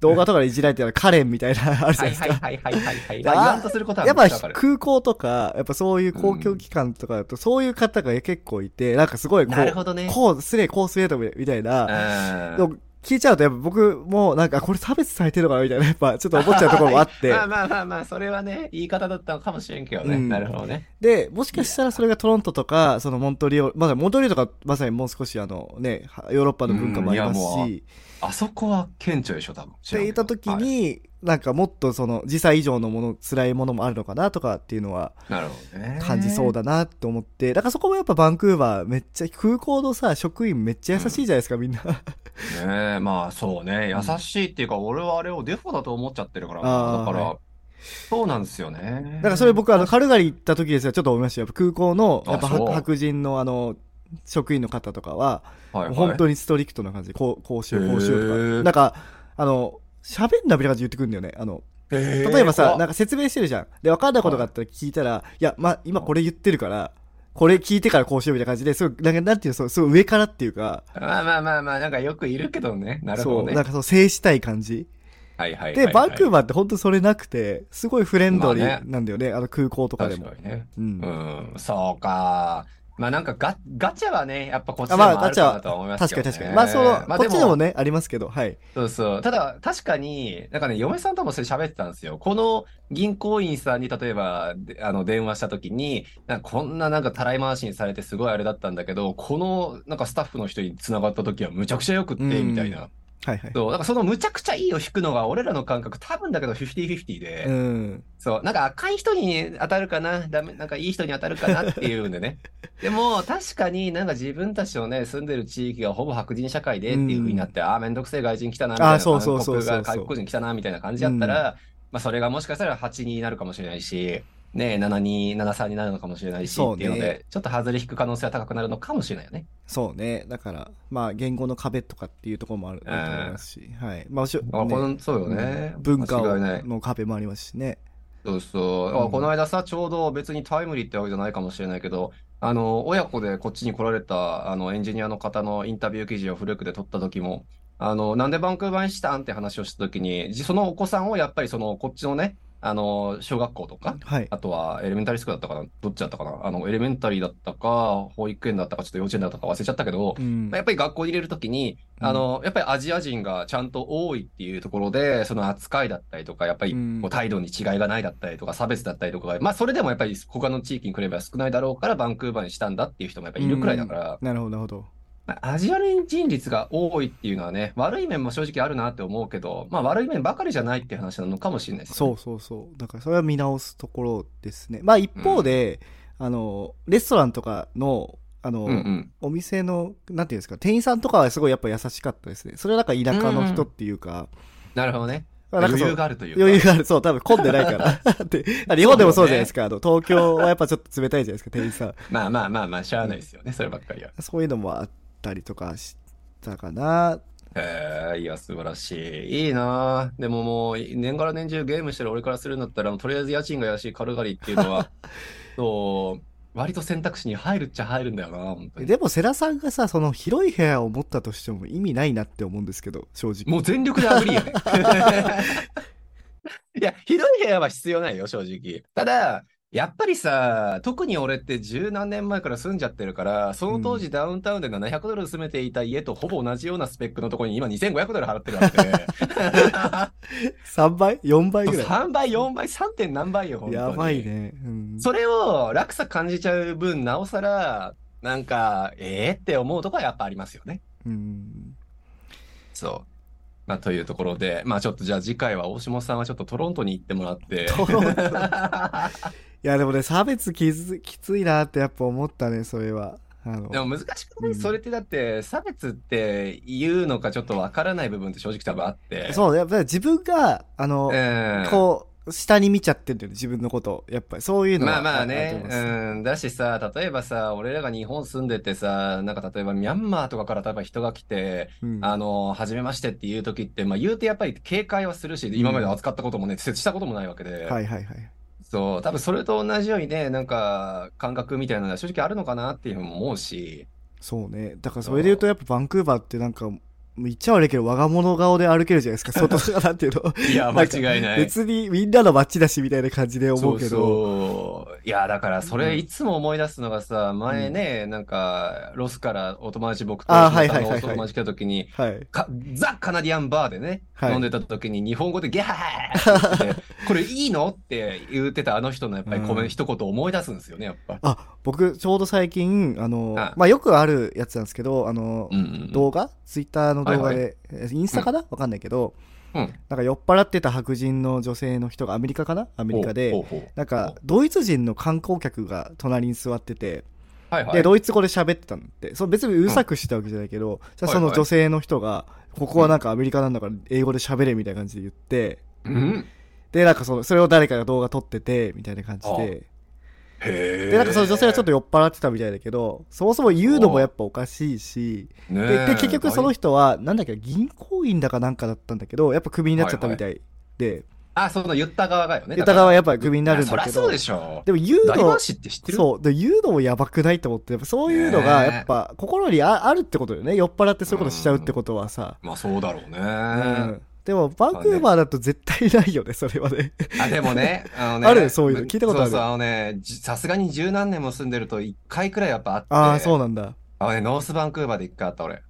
[SPEAKER 2] 動画とかでいじられてるカレンみたいなあるじ
[SPEAKER 1] は
[SPEAKER 2] ゃない
[SPEAKER 1] い
[SPEAKER 2] です
[SPEAKER 1] は
[SPEAKER 2] か
[SPEAKER 1] い。はいはいはいはい。
[SPEAKER 2] あ
[SPEAKER 1] あ言わんとすることは
[SPEAKER 2] やっ
[SPEAKER 1] め
[SPEAKER 2] ぱ
[SPEAKER 1] ちゃわかる
[SPEAKER 2] 空港とか、やっぱそういう公共機関とかだと、そういう方が結構いて、なんかすごいこ
[SPEAKER 1] なるほ
[SPEAKER 2] う、
[SPEAKER 1] どね。
[SPEAKER 2] こうすれ、こうすれとみたいな、
[SPEAKER 1] うん
[SPEAKER 2] の聞いちゃうと、やっぱ僕もなんか、あこれ差別されてるのかなみたいな、やっ ぱちょっと思っちゃうところもあって
[SPEAKER 1] ま、あまあまあまあ、それはね、言い方だったのかもしれんけどね。
[SPEAKER 2] うん
[SPEAKER 1] なるほどね。
[SPEAKER 2] で、もしかしたらそれがトロントとか、そのモントリオール、まだモントリオールとか、まさにもう少しあのね、はヨーロッパの文化もありま
[SPEAKER 1] う
[SPEAKER 2] すし、
[SPEAKER 1] んいやもう
[SPEAKER 2] って
[SPEAKER 1] あそこは顕著でしょ、多分。知らんけ
[SPEAKER 2] 言っ
[SPEAKER 1] ど
[SPEAKER 2] た時
[SPEAKER 1] はい
[SPEAKER 2] に、なんかもっとその時差以上のもの、辛いものもあるのかなとかっていうのは
[SPEAKER 1] なるほどね。
[SPEAKER 2] 感じそう
[SPEAKER 1] だ。
[SPEAKER 2] だなと思って、だからそこもやっぱバンクーバーめっちゃ、空港のさ、職員めっちゃ優しいじゃないですか、みんな。
[SPEAKER 1] ねえまあそうね。優しいっていうか、俺はあれをデフォだと思っちゃってるからな。
[SPEAKER 2] あー
[SPEAKER 1] だから
[SPEAKER 2] は、
[SPEAKER 1] そうなんですよね。
[SPEAKER 2] だからそれ僕、あの、カルガリー行った時ですよ、ちょっと思いましたよ。やっぱ空港の、
[SPEAKER 1] あ
[SPEAKER 2] やっぱ
[SPEAKER 1] そう
[SPEAKER 2] 白白人のあの、職員の方とかは、
[SPEAKER 1] はいはい、
[SPEAKER 2] 本当にストリクトな感じで、こう、こうしよ
[SPEAKER 1] へ
[SPEAKER 2] う、
[SPEAKER 1] ー
[SPEAKER 2] こうしようとか、なんか、あの、喋んなみたいな感じで言ってくるんだよね。あの、
[SPEAKER 1] へえ
[SPEAKER 2] 例えばさ、
[SPEAKER 1] 怖っ
[SPEAKER 2] なんか説明してるじゃん。で、分かんないことがあったら聞いたら、いや、まあ、今これ言ってるから、これ聞いてからこうしようみたいな感じで、すごい、なんか、なんていうの、そう、すごい上からっていうか、
[SPEAKER 1] まあまあまあまあ、なんかよくいるけどね。なる
[SPEAKER 2] そ
[SPEAKER 1] ほど
[SPEAKER 2] う、
[SPEAKER 1] ね。
[SPEAKER 2] なんかそう、制したい感じ。
[SPEAKER 1] はいはいはいは
[SPEAKER 2] で、
[SPEAKER 1] い。
[SPEAKER 2] バンクー
[SPEAKER 1] バ
[SPEAKER 2] バーって本当それなくて、すごいフレンドリ
[SPEAKER 1] まあね
[SPEAKER 2] ーなんだよね、あの空港とかで
[SPEAKER 1] 確
[SPEAKER 2] も。
[SPEAKER 1] かにね。
[SPEAKER 2] うん
[SPEAKER 1] う。ん、そうか。まあなんかガガチャはね、やっぱこっちで
[SPEAKER 2] あ
[SPEAKER 1] も
[SPEAKER 2] まあ
[SPEAKER 1] あるかなとは思います
[SPEAKER 2] 確
[SPEAKER 1] け
[SPEAKER 2] か
[SPEAKER 1] ど
[SPEAKER 2] に
[SPEAKER 1] ね。
[SPEAKER 2] 確かに。まあ、その、
[SPEAKER 1] まあ
[SPEAKER 2] こっちで
[SPEAKER 1] も
[SPEAKER 2] もね、ありますけど、はい。
[SPEAKER 1] そうそう。ただ、確かに、なんかね、嫁さんともそれ喋ってたんですよ。この銀行員さんに、例えば、であの、電話した時に、なんかこんななんかたらい回しにされてすごいあれだったんだけど、この、なんかスタッフの人に繋がった時はむちゃくちゃよくって、
[SPEAKER 2] うん
[SPEAKER 1] みたいな。
[SPEAKER 2] はいはい。
[SPEAKER 1] そう、なんかそのむちゃくちゃいいを引くのが、俺らの感覚、多分だけど、50-50で、
[SPEAKER 2] うん。
[SPEAKER 1] そう、なんか赤い人に当たるかな、ダメ、なんかいい人に当たるかなっていうん でね。でも、確かになんか自分たちのね、住んでる地域がほぼ白人社会でっていう風になって、ああ、めんどくせえ外人来たな、みたいな、
[SPEAKER 2] あーそうそうそうそうそ
[SPEAKER 1] 韓
[SPEAKER 2] う
[SPEAKER 1] 国が外国人来たな、みたいな感じだったら、まあ、それがもしかしたら8になるかもしれないし、ね、72、73になるのかもしれないし、
[SPEAKER 2] そう
[SPEAKER 1] っ
[SPEAKER 2] ね
[SPEAKER 1] ていうので、ちょっと外れ引く可能性は高くなるのかもしれないよね。
[SPEAKER 2] そうね。だから、まあ、言語の壁とかっていうところもある
[SPEAKER 1] うん
[SPEAKER 2] あると思いますし、はい。まあ、しょ
[SPEAKER 1] あこ
[SPEAKER 2] ね
[SPEAKER 1] のそうよね。
[SPEAKER 2] 文化
[SPEAKER 1] 間
[SPEAKER 2] を
[SPEAKER 1] 違いない。
[SPEAKER 2] の壁もありますしね。
[SPEAKER 1] そうそう。だから
[SPEAKER 2] うん
[SPEAKER 1] この間さ、ちょうど別にタイムリーってわけじゃないかもしれないけど、あの、親子でこっちに来られた、あの、エンジニアの方のインタビュー記事をフルークで撮った時も、あの、なんでバンクーバーにしたんって話をした時に、じそのお子さんをやっぱりその、こっちのね、あの、小学校とか、
[SPEAKER 2] はい。
[SPEAKER 1] あとはエレメンタリースクールだったかな、どっちだったかな、あの、エレメンタリーだったか、保育園だったか、ちょっと幼稚園だったか忘れちゃったけど、
[SPEAKER 2] うん
[SPEAKER 1] まあやっぱり学校に入れるときに、
[SPEAKER 2] うん
[SPEAKER 1] あの、やっぱりアジア人がちゃんと多いっていうところで、その扱いだったりとか、やっぱり
[SPEAKER 2] うん
[SPEAKER 1] こう態度に違いがないだったりとか、差別だったりとかが、まあそれでもやっぱり他の地域に比べれば少ないだろうから、バンクーバーにしたんだっていう人もやっぱりいるくらいだから、
[SPEAKER 2] なるほど、なるほど。
[SPEAKER 1] まあアジア人率が多いっていうのはね、悪い面も正直あるなって思うけど、まあ悪い面ばかりじゃないっていう話なのかもしれないですね
[SPEAKER 2] そうそうそう。だからそれは見直すところですね。まあ一方で、あの、レストランとかの、あの、
[SPEAKER 1] うんうん。
[SPEAKER 2] お店の、なんていうんですか、店員さんとかはすごいやっぱ優しかったですね。それはなんか田舎の人っていうか、
[SPEAKER 1] なるほどね。
[SPEAKER 2] まあなんか
[SPEAKER 1] 余
[SPEAKER 2] そう
[SPEAKER 1] 裕があるというか。
[SPEAKER 2] 余裕がある。そう、多分混んでない から。で、日本でもそうじゃないですか。あの、東京はやっぱちょっと冷たいじゃないですか、店 員さん。
[SPEAKER 1] まあまあまあまあ、しゃあないですよね、そればっかりは。
[SPEAKER 2] そういうのもあったりとかしたかな。
[SPEAKER 1] ええいや、素晴らしい。いいなぁでももう、年がら年中ゲームしてる俺からするんだったら、とりあえず家賃が安いカルガリーっていうのは、そう、割と選択肢に入るっちゃ入るんだよな本当に。
[SPEAKER 2] でも、世良さんがさ、その広い部屋を持ったとしても意味ないなって思うんですけど、正直。
[SPEAKER 1] もう全力で炙りよね。いや、広い部屋は必要ないよ、正直。ただ、やっぱりさ、特に俺って十何年前から住んじゃってるから、その当時ダウンタウンで700ドル住めていた家とほぼ同じようなスペックのところに今2500ドル払ってるわけで。
[SPEAKER 2] 3倍 ?4 倍ぐら
[SPEAKER 1] 3倍、4倍、3. 点何倍よ、本
[SPEAKER 2] い。
[SPEAKER 1] 当に。
[SPEAKER 2] やばいね。うん。
[SPEAKER 1] それを落差感じちゃう分、なおさら、なんか、ええって思うとこはやっぱありますよね。
[SPEAKER 2] うん。
[SPEAKER 1] そう。まあ、というところで、まあちょっとじゃあ次回は大下さんはちょっとトロントに行ってもらって。
[SPEAKER 2] トロントいや、でもね、差別きつきついなってやっぱ思ったね、それは。あの
[SPEAKER 1] でも難しくな
[SPEAKER 2] う
[SPEAKER 1] い
[SPEAKER 2] ん
[SPEAKER 1] それってだって、差別って言うのかちょっとわからない部分って正直多分あって。う。
[SPEAKER 2] そう、やっぱり自分が、あの、
[SPEAKER 1] うん。
[SPEAKER 2] こう、下に見ちゃってるんだよね、自分のことを。やっぱり、そういうのは
[SPEAKER 1] まあまあ
[SPEAKER 2] ると
[SPEAKER 1] ね
[SPEAKER 2] 思い、ます
[SPEAKER 1] うん、だしさ、例えばさ、俺らが日本住んでてさ、なんか例えばミャンマーとかから例えば人が来て、
[SPEAKER 2] うん
[SPEAKER 1] あの、初めましてっていう時って、まあ言うてやっぱり警戒はするし、今まで扱ったこともね、接したこともないわけで、
[SPEAKER 2] はいはいはい。
[SPEAKER 1] そう、多分それと同じようにね、なんか感覚みたいなのは正直あるのかなっていうのも思うし、
[SPEAKER 2] そうね。だからそれで言うとやっぱバンクーバーってなんか、もう言っちゃ悪いけど、我が物顔で歩けるじゃ ないですか、外とかなんていうの。
[SPEAKER 1] いや、
[SPEAKER 2] な
[SPEAKER 1] 間
[SPEAKER 2] んか
[SPEAKER 1] 違い ない。
[SPEAKER 2] 別にみんなの街だしみたいな感じで思うけど。
[SPEAKER 1] そうそう。いや、だからそれいつも思い出すのがさ、前ね、なんか、ロスからお友達僕と
[SPEAKER 2] あ
[SPEAKER 1] 大
[SPEAKER 2] ー
[SPEAKER 1] 島さん
[SPEAKER 2] はいはいはいはい
[SPEAKER 1] のお友達来た時に、
[SPEAKER 2] はい。
[SPEAKER 1] かザ・カナディアンバーでね、
[SPEAKER 2] はい
[SPEAKER 1] 飲んでた時に日本語でギャーって言 って、これいいのって言ってたあの人のやっぱりコメント、
[SPEAKER 2] うん
[SPEAKER 1] 一言思い出すんですよね、やっぱ。
[SPEAKER 2] あ、僕、ちょうど最近、あの、
[SPEAKER 1] はい
[SPEAKER 2] まあ、よくあるやつなんですけど、あの、
[SPEAKER 1] うんうん
[SPEAKER 2] 動画ツイッターの動画
[SPEAKER 1] はい
[SPEAKER 2] で、えインスタかな、わかんないけど、
[SPEAKER 1] うん
[SPEAKER 2] なんか酔っ払ってた白人の女性の人がアメリカかなアメリカ
[SPEAKER 1] ほう
[SPEAKER 2] で、
[SPEAKER 1] ほうほう
[SPEAKER 2] なんか、ドイツ人の観光客が隣に座ってて、
[SPEAKER 1] はいはい
[SPEAKER 2] で、ドイツ語で喋ってたんで、そう別にうるさくしてたわけじゃないけど、じゃあその女性の人が、ここはなんかアメリカなんだから英語で喋れみたいな感じで言って、
[SPEAKER 1] うん、
[SPEAKER 2] で、なんかその、それを誰かが動画撮ってて、みたいな感じで、
[SPEAKER 1] へえ
[SPEAKER 2] で、なんかその女性はちょっと酔っ払ってたみたいだけど、そもそも言うのもやっぱおかしいし、
[SPEAKER 1] ね
[SPEAKER 2] で
[SPEAKER 1] え
[SPEAKER 2] で結局その人はなんだっけ銀行員だかなんかだったんだけどやっぱクビになっちゃったみたいで
[SPEAKER 1] あその言った側がよね
[SPEAKER 2] 歌川はやっぱクビになるん
[SPEAKER 1] い
[SPEAKER 2] だけ
[SPEAKER 1] やそりゃそ
[SPEAKER 2] ど
[SPEAKER 1] うでしょ
[SPEAKER 2] でも言う
[SPEAKER 1] ダイバー
[SPEAKER 2] の
[SPEAKER 1] シって知ってる
[SPEAKER 2] そうで言うのもやばくないと思ってやっぱそういうのが
[SPEAKER 1] ねえ
[SPEAKER 2] やっぱ心にああるってことよね酔っ払ってそういうことしちゃうってことはさ
[SPEAKER 1] まあそうだろうね、
[SPEAKER 2] うんでもバンクーバーだと絶対ないよねそれはね
[SPEAKER 1] あでも ねあのね
[SPEAKER 2] あるそういうの聞いたことある
[SPEAKER 1] そうそうあのねじさすがに十何年も住んでると一回くらいやっぱあって
[SPEAKER 2] ああそう
[SPEAKER 1] う
[SPEAKER 2] なんだ
[SPEAKER 1] あのねノースバンクーバーで一回あった俺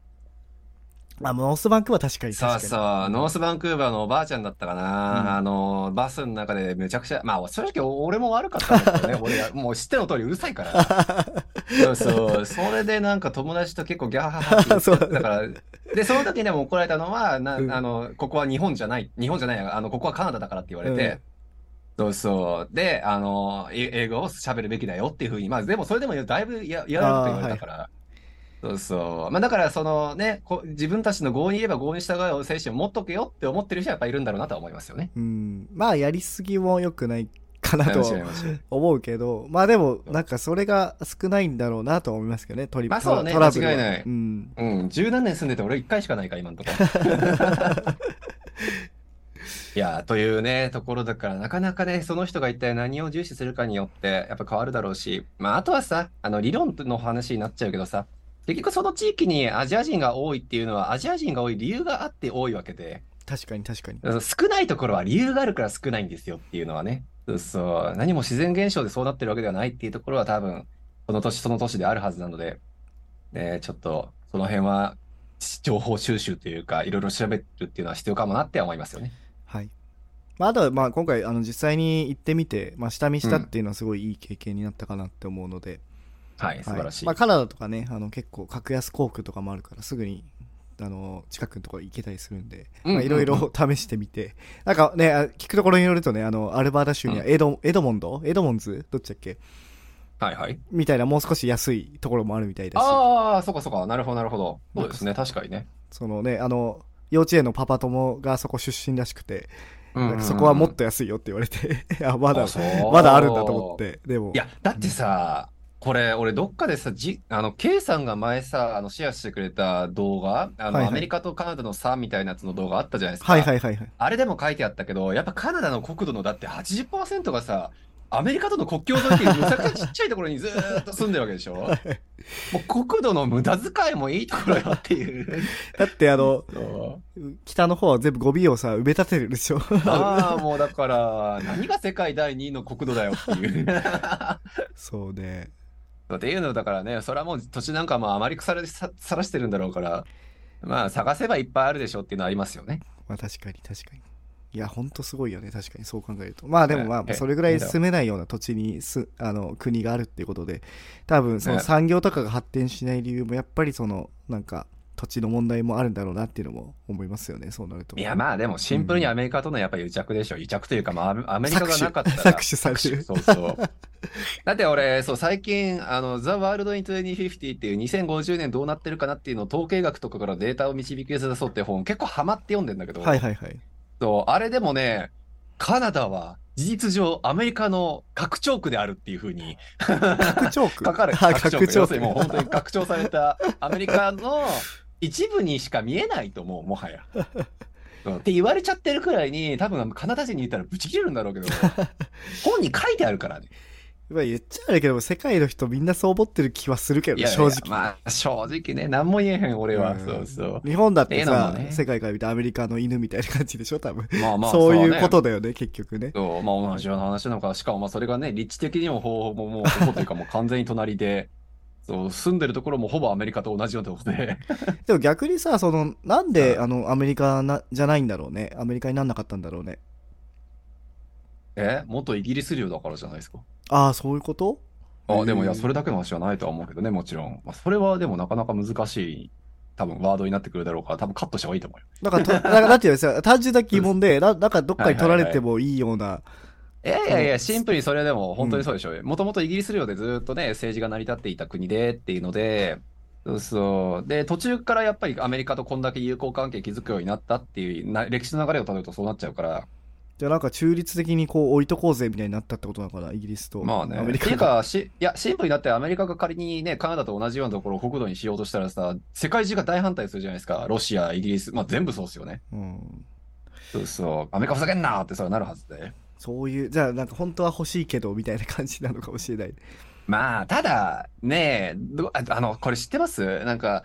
[SPEAKER 2] あノースバンクは確かに確
[SPEAKER 1] そ
[SPEAKER 2] か
[SPEAKER 1] う
[SPEAKER 2] に
[SPEAKER 1] そう、ノースバンクーバーのおばあちゃんだったかな、
[SPEAKER 2] うん
[SPEAKER 1] あの、バスの中でめちゃくちゃ、まあ、正直俺も悪かったんだけどね、俺が、もう知っての通りうるさいから。そうそう、それでなんか友達と結構ギャーハハって言っ
[SPEAKER 2] そう
[SPEAKER 1] てだから、で、その時にでも怒られたのは、な
[SPEAKER 2] うん
[SPEAKER 1] あの、ここは日本じゃない、日本じゃないや、あの、ここはカナダだからって言われて、そうそう。で、あの、え英語を喋るべきだよっていうふうに、まあ、でもそれでもだいぶややられるって言われたから。そうそう。まあ、だから、そのね、こ自分たちの合に言えば合に従う精神を持っとけよって思ってる人はやっぱいるんだろうなとは思いますよね。
[SPEAKER 2] うんまあやりすぎも良くないかなと
[SPEAKER 1] 違います違います
[SPEAKER 2] 思うけど、まあでも、なんかそれが少ないんだろうなとは思いますけどね、トリ
[SPEAKER 1] まあそうね
[SPEAKER 2] トラブルは
[SPEAKER 1] 間違いない
[SPEAKER 2] うん。
[SPEAKER 1] うん、十何年住んでて俺一回しかないから、今んとこ。いやー、というね、ところだから、なかなかね、その人が一体何を重視するかによって、やっぱ変わるだろうし、まあ、あとはさ、あの、理論の話になっちゃうけどさ、結局その地域にアジア人が多いっていうのは、アジア人が多い理由があって多いわけで、
[SPEAKER 2] 確かに確かに。
[SPEAKER 1] 少ないところは理由があるから少ないんですよっていうのはね、そう、何も自然現象でそうなってるわけではないっていうところは多分、その年その年であるはずなので、ね、ちょっとその辺は情報収集というか、いろいろ調べるっていうのは必要かもなって思いますよね。
[SPEAKER 2] はい。まあ、あとは、まあ今回、あの、実際に行ってみて、まあ下見したっていうのはすごいいい経験になったかなって思うので、
[SPEAKER 1] はい、素晴らしい。
[SPEAKER 2] まあ、カナダとかねあの結構格安航空とかもあるからすぐにあの近くのところ行けたりするんで
[SPEAKER 1] うんうんうん
[SPEAKER 2] まあいろいろ試してみてなんかねあ聞くところによるとねあのアルバータ州にはエド,、エドモンドエドモンズどっちだっけ
[SPEAKER 1] はいはい。
[SPEAKER 2] みたいなもう少し安いところもあるみたいだし
[SPEAKER 1] ああ、そうかそうか、なるほどなるほど。そうですね、確かにね。
[SPEAKER 2] そのねあの幼稚園のパパ友がそこ出身らしくて、
[SPEAKER 1] うんうんうん
[SPEAKER 2] なんかそこはもっと安いよって言われて いやまだ
[SPEAKER 1] あそう
[SPEAKER 2] まだあるんだと思ってでも
[SPEAKER 1] いや、だってさ、これ、俺、どっかでさ、じ、あの、K さんが前さ、あの、シェアしてくれた動画、あの、
[SPEAKER 2] はいはい
[SPEAKER 1] アメリカとカナダの差みたいなやつの動画あったじゃないですか。
[SPEAKER 2] はいはいは いはい
[SPEAKER 1] あれでも書いてあったけど、やっぱカナダの国土のだって80%がさ、アメリカとの国境沿いっていうむちゃくちゃちっちゃいところにずーっと住んでるわけでし ょもう国土の無駄遣いもいいところよって いう。
[SPEAKER 2] だってあの
[SPEAKER 1] そう
[SPEAKER 2] 北の方は全部ゴミをさ埋め立てるでしょ
[SPEAKER 1] ああ、もうだから、何が世界第2位の国土だよっていう。
[SPEAKER 2] そうね。
[SPEAKER 1] っていうのだからね、それはもう土地なんかもうあまり腐らささらしてるんだろうから、まあ探せばいっぱいあるでしょうっていうのはありますよね。
[SPEAKER 2] まあ確かに確かに。いや、ほんとすごいよね。確かにそう考えると。まあでもま
[SPEAKER 1] ね
[SPEAKER 2] あ、
[SPEAKER 1] え
[SPEAKER 2] それぐらい住めないような土地にす、あの、国があるっていうことで、多分その
[SPEAKER 1] ね
[SPEAKER 2] 産業とかが発展しない理由も、やっぱりその、なんか、土地の問題もあるんだろうなっていうのも思いますよね。そうなると。
[SPEAKER 1] いやまあでもシンプルにアメリカとのやっぱり癒着でしょ。癒着というかまあアメリカがなかった
[SPEAKER 2] 搾
[SPEAKER 1] ら。
[SPEAKER 2] 取搾取
[SPEAKER 1] そうそう。だって俺、そう最近、あの、The World in 2050っていう2050年どうなってるかなっていうのを統計学とかからデータを導き出そうって本結構ハマって読んでんだけど、
[SPEAKER 2] はいはいはい。
[SPEAKER 1] そうあれでもね、カナダは事実上アメリカの拡張区であるっていうふうに
[SPEAKER 2] 拡張区。
[SPEAKER 1] かかる
[SPEAKER 2] あ
[SPEAKER 1] 拡張区
[SPEAKER 2] 拡張
[SPEAKER 1] 要す
[SPEAKER 2] 区。
[SPEAKER 1] るにもう本当に拡張されたアメリカの一部にしか見えないと思うもはや。うんって言われちゃってるくらいに多分カナダ人に言ったらブチ切れるんだろう けど本に書いてあるからね。
[SPEAKER 2] まあ言っちゃあれけど、世界の人みんなそう思ってる気はするけど
[SPEAKER 1] いやい
[SPEAKER 2] ね、
[SPEAKER 1] や
[SPEAKER 2] 正直。
[SPEAKER 1] まあ正直ね何も言えへん俺は。
[SPEAKER 2] うん
[SPEAKER 1] そうそう。
[SPEAKER 2] 日本だって
[SPEAKER 1] って
[SPEAKER 2] さ
[SPEAKER 1] いうのも、ね
[SPEAKER 2] 世界から見たアメリカの犬みたいな感じでしょ、多分。
[SPEAKER 1] まあまあ
[SPEAKER 2] そういうこ
[SPEAKER 1] ね
[SPEAKER 2] とだよね、結局ね。
[SPEAKER 1] そうまあ同じような話なのかしかもまあそれがね立地的にもほぼもうほぼというかもう完全に隣でそう住んでるところもほぼアメリカと同じようなところで。
[SPEAKER 2] でも逆にさ、その、なんで、
[SPEAKER 1] うん
[SPEAKER 2] あの、アメリカな、じゃないんだろうね。アメリカになんなかったんだろうね。
[SPEAKER 1] え元イギリス領だからじゃないですか。
[SPEAKER 2] ああ、そういうこと
[SPEAKER 1] あでもい
[SPEAKER 2] へ
[SPEAKER 1] や、
[SPEAKER 2] ー
[SPEAKER 1] それだけの話はないとは思うけどね、もちろん。まあ、それはでもなかなか難しい、多分ワードになってくるだろうから、多分カットした方がいいと思うよ。
[SPEAKER 2] な んかと、なんか、なんていうのさ、単純な疑問で、ななんかどっかに取られてもいいような、
[SPEAKER 1] いやいやいや、シンプルにそれでも本当にそうでしょうよ。もともとイギリス領でずっとね、政治が成り立っていた国でっていうので、そうそう。で、途中からやっぱりアメリカとこんだけ友好関係築くようになったっていうな歴史の流れをたどるとそうなっちゃうから、
[SPEAKER 2] じゃあなんか中立的にこう置いとこうぜみたいになったってことなのかな、イギリスと。
[SPEAKER 1] まあね。
[SPEAKER 2] アメリ
[SPEAKER 1] って
[SPEAKER 2] カ
[SPEAKER 1] いう
[SPEAKER 2] が。
[SPEAKER 1] かし、いや、シンプルになってアメリカが仮にね、カナダと同じようなところを国土にしようとしたらさ、世界中が大反対するじゃないですか。ロシア、イギリス、まあ全部そうですよね。
[SPEAKER 2] うん。
[SPEAKER 1] そうそう、アメリカふざけんなってそれはなるはずで。
[SPEAKER 2] そういう、じゃあなんか本当は欲しいけど、みたいな感じなのかもしれない。
[SPEAKER 1] まあ、ただ、ねえ、どああの、これ知ってますなんか、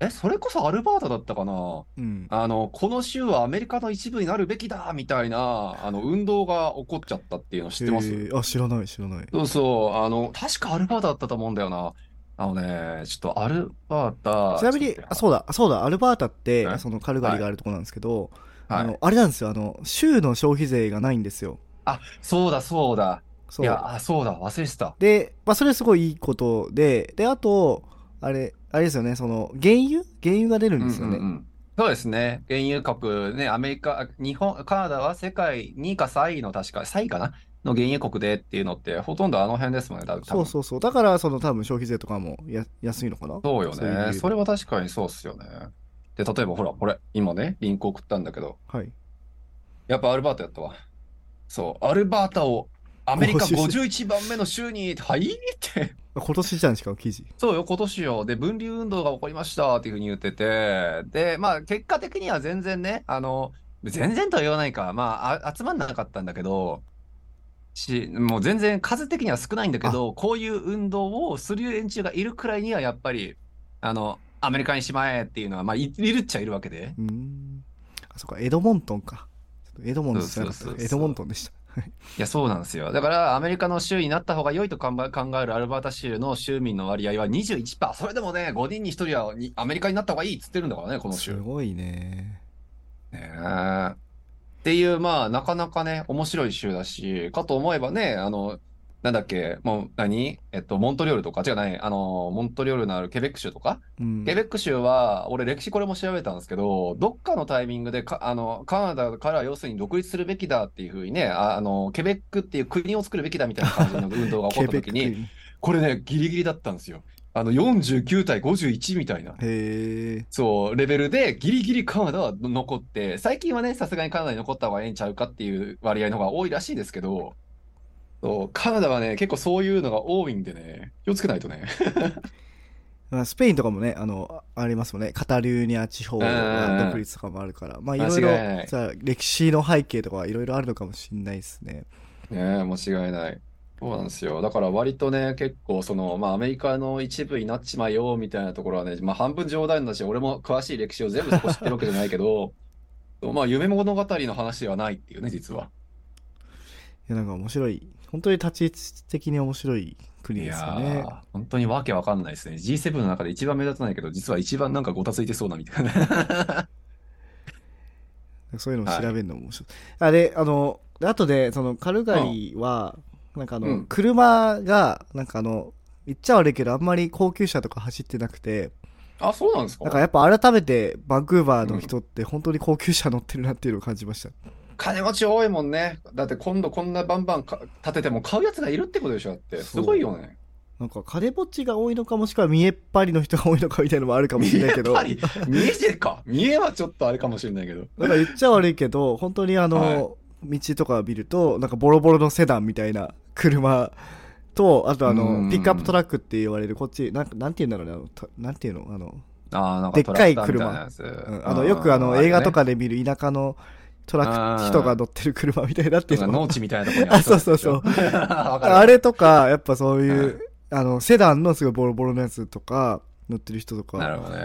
[SPEAKER 1] え、それこそアルバータだったかな
[SPEAKER 2] うん。
[SPEAKER 1] あの、この州はアメリカの一部になるべきだみたいな、あの、運動が起こっちゃったっていうの知ってます
[SPEAKER 2] へーあ、知らない、知らない。
[SPEAKER 1] そうそう、あの、確かアルバータだったと思うんだよな。あのね、ちょっとアルバータ、
[SPEAKER 2] ちなみ
[SPEAKER 1] ちょっ、
[SPEAKER 2] に
[SPEAKER 1] と
[SPEAKER 2] あそうだ、そうだ、アルバータって
[SPEAKER 1] え、
[SPEAKER 2] そのカルガリがあるとこなんですけど、
[SPEAKER 1] はい
[SPEAKER 2] あの、あれなんですよ、あの、州の消費税がないんですよ。
[SPEAKER 1] あ、そうだ、そうだ。
[SPEAKER 2] そ。
[SPEAKER 1] いうや、あ、そうだ、忘れてた。
[SPEAKER 2] で、まあ、それはすごいいいことで、で、あと、あれ、あれですよね、その、原油原油が出るんですよ
[SPEAKER 1] う
[SPEAKER 2] ね。
[SPEAKER 1] んうんうんそうですね。原油国、ね、アメリカ、日本、カナダは世界2位か3位の確か、3位かなの原油国でっていうのって、ほとんどあの辺ですもんね、多分。
[SPEAKER 2] そうそうそう。だから、その、多分消費税とかもや安いのかな
[SPEAKER 1] そうよ
[SPEAKER 2] そういう理由
[SPEAKER 1] ね。
[SPEAKER 2] で
[SPEAKER 1] それは確かにそうっすよね。で、例えばほら、これ、今ね、リンク送ったんだけど、
[SPEAKER 2] はい。
[SPEAKER 1] やっぱアルバータやったわ。そう、アルバータをアメリカ
[SPEAKER 2] 募集
[SPEAKER 1] 51番目の州に、はいって。
[SPEAKER 2] 今年じゃんしかも記事
[SPEAKER 1] そうよ、今年よ。で、分離運動が起こりましたっていうふうに言ってて、で、まあ、結果的には全然ね、あの、全然とは言わないか、まあ、あ集まんなかったんだけど、し、もう全然数的には少ないんだけど、こういう運動をする連中がいるくらいには、やっぱり、あの、アメリカにしまえっていうのは、まあ、いいるっちゃいるわけで。
[SPEAKER 2] うーんあそっかエドモントンかちょっとエドモントンじゃなかった
[SPEAKER 1] そうそうそう
[SPEAKER 2] エドモントンでした
[SPEAKER 1] いや、そうなんですよ。だから、アメリカの州になった方が良いと考え考えるアルバータ州の州民の割合は21%。それでもね、5人に1人はにアメリカになった方がいいっつってるんだからね、この
[SPEAKER 2] す
[SPEAKER 1] 州。
[SPEAKER 2] ごいね
[SPEAKER 1] ねえっていう、まあ、なかなかね、面白い州だし、かと思えばね、あの、なんだっけ、もう、何えっと、モントリオールとか、違うない、あの、モントリオールのあるケベック州とか、
[SPEAKER 2] うん
[SPEAKER 1] ケベック州は、俺、歴史これも調べたんですけど、どっかのタイミングでかあの、カナダから要するに独立するべきだっていうふうにねあ、あの、ケベックっていう国を作るべきだみたいな感じの運動が起こった時
[SPEAKER 2] ケベ
[SPEAKER 1] に、
[SPEAKER 2] ック
[SPEAKER 1] これね、ギリギリだったんですよ。あの、49対51みたいな。
[SPEAKER 2] へえ
[SPEAKER 1] そう、レベルでギリギリカナダは残って、最近はね、さすがにカナダに残った方がええんちゃうかっていう割合の方が多いらしいですけど、そう、カナダはね、結構そういうのが多いんでね、気をつけないとね。
[SPEAKER 2] まあ、スペインとかもねあのあありますもんねカタルーニャ地方
[SPEAKER 1] うん
[SPEAKER 2] の独立とかもあるからまあいろいろ
[SPEAKER 1] 間違いない
[SPEAKER 2] じゃあ歴史の背景とかはいろいろあるのかもしれないですね
[SPEAKER 1] ねえ、間違いない。そうなんですよ。だから割とね、結構その、まあアメリカの一部になっちまえよみたいなところはね、まあ半分冗談だし、俺も詳しい歴史を全部そこ知ってるわけじゃないけど、 そうまあ夢物語の話ではないっていうね、実は。
[SPEAKER 2] いやなんか面白い本当に立ち位置的に面白い国
[SPEAKER 1] い
[SPEAKER 2] です
[SPEAKER 1] や
[SPEAKER 2] よね
[SPEAKER 1] ー本当にわけわかんないですね。G7 の中で一番目立たないけど、実は一番なんかごたついてそうなみたいな。
[SPEAKER 2] そういうのを調べるのも面白い、あであのあとでそのカルガリーは、なんかあの、
[SPEAKER 1] うん
[SPEAKER 2] 車がなんかあの言っちゃ悪いけどあんまり高級車とか走ってなくて
[SPEAKER 1] あ、そうなんです
[SPEAKER 2] なんかやっぱ改めてバンクーバーの人って本当に高級車乗ってるなっていうのを感じました、
[SPEAKER 1] 金持ち多いもんね。だって今度こんなバンバンか建てても買うやつがいるってことでしょだって。す
[SPEAKER 2] そう
[SPEAKER 1] ごいよね。
[SPEAKER 2] なんか金持ちが多いのかもしくは見えっ張りの人が多いのかみたいなのもあるかもしれないけど
[SPEAKER 1] 見えっ張り見えてるか。見えはちょっとあれかもしれないけど。
[SPEAKER 2] なんか言っちゃ悪いけど、本当にあの、道とか見ると、なんかボロボロのセダンみたいな車と、あとあ
[SPEAKER 1] う
[SPEAKER 2] の
[SPEAKER 1] ん、
[SPEAKER 2] ピックアップトラックって言われる、こっち、なんかなんて言うんだろうねあのた、なんて言うの、あの、
[SPEAKER 1] ああ、なん
[SPEAKER 2] でっかい車
[SPEAKER 1] トラクターみたいな
[SPEAKER 2] う
[SPEAKER 1] やつ
[SPEAKER 2] んあのよくあの、映画とかで見る田舎のトラッ
[SPEAKER 1] あ
[SPEAKER 2] ク、
[SPEAKER 1] ー
[SPEAKER 2] 人が乗ってる車みたいなって
[SPEAKER 1] れ
[SPEAKER 2] いう
[SPEAKER 1] ね
[SPEAKER 2] の
[SPEAKER 1] 農地みたいなとこに
[SPEAKER 2] あそうそうそう
[SPEAKER 1] わかる
[SPEAKER 2] あれとか、やっぱそういうう、あの、セダンのすごいボロボロのやつとか、乗ってる人と
[SPEAKER 1] な
[SPEAKER 2] か
[SPEAKER 1] るほど
[SPEAKER 2] 多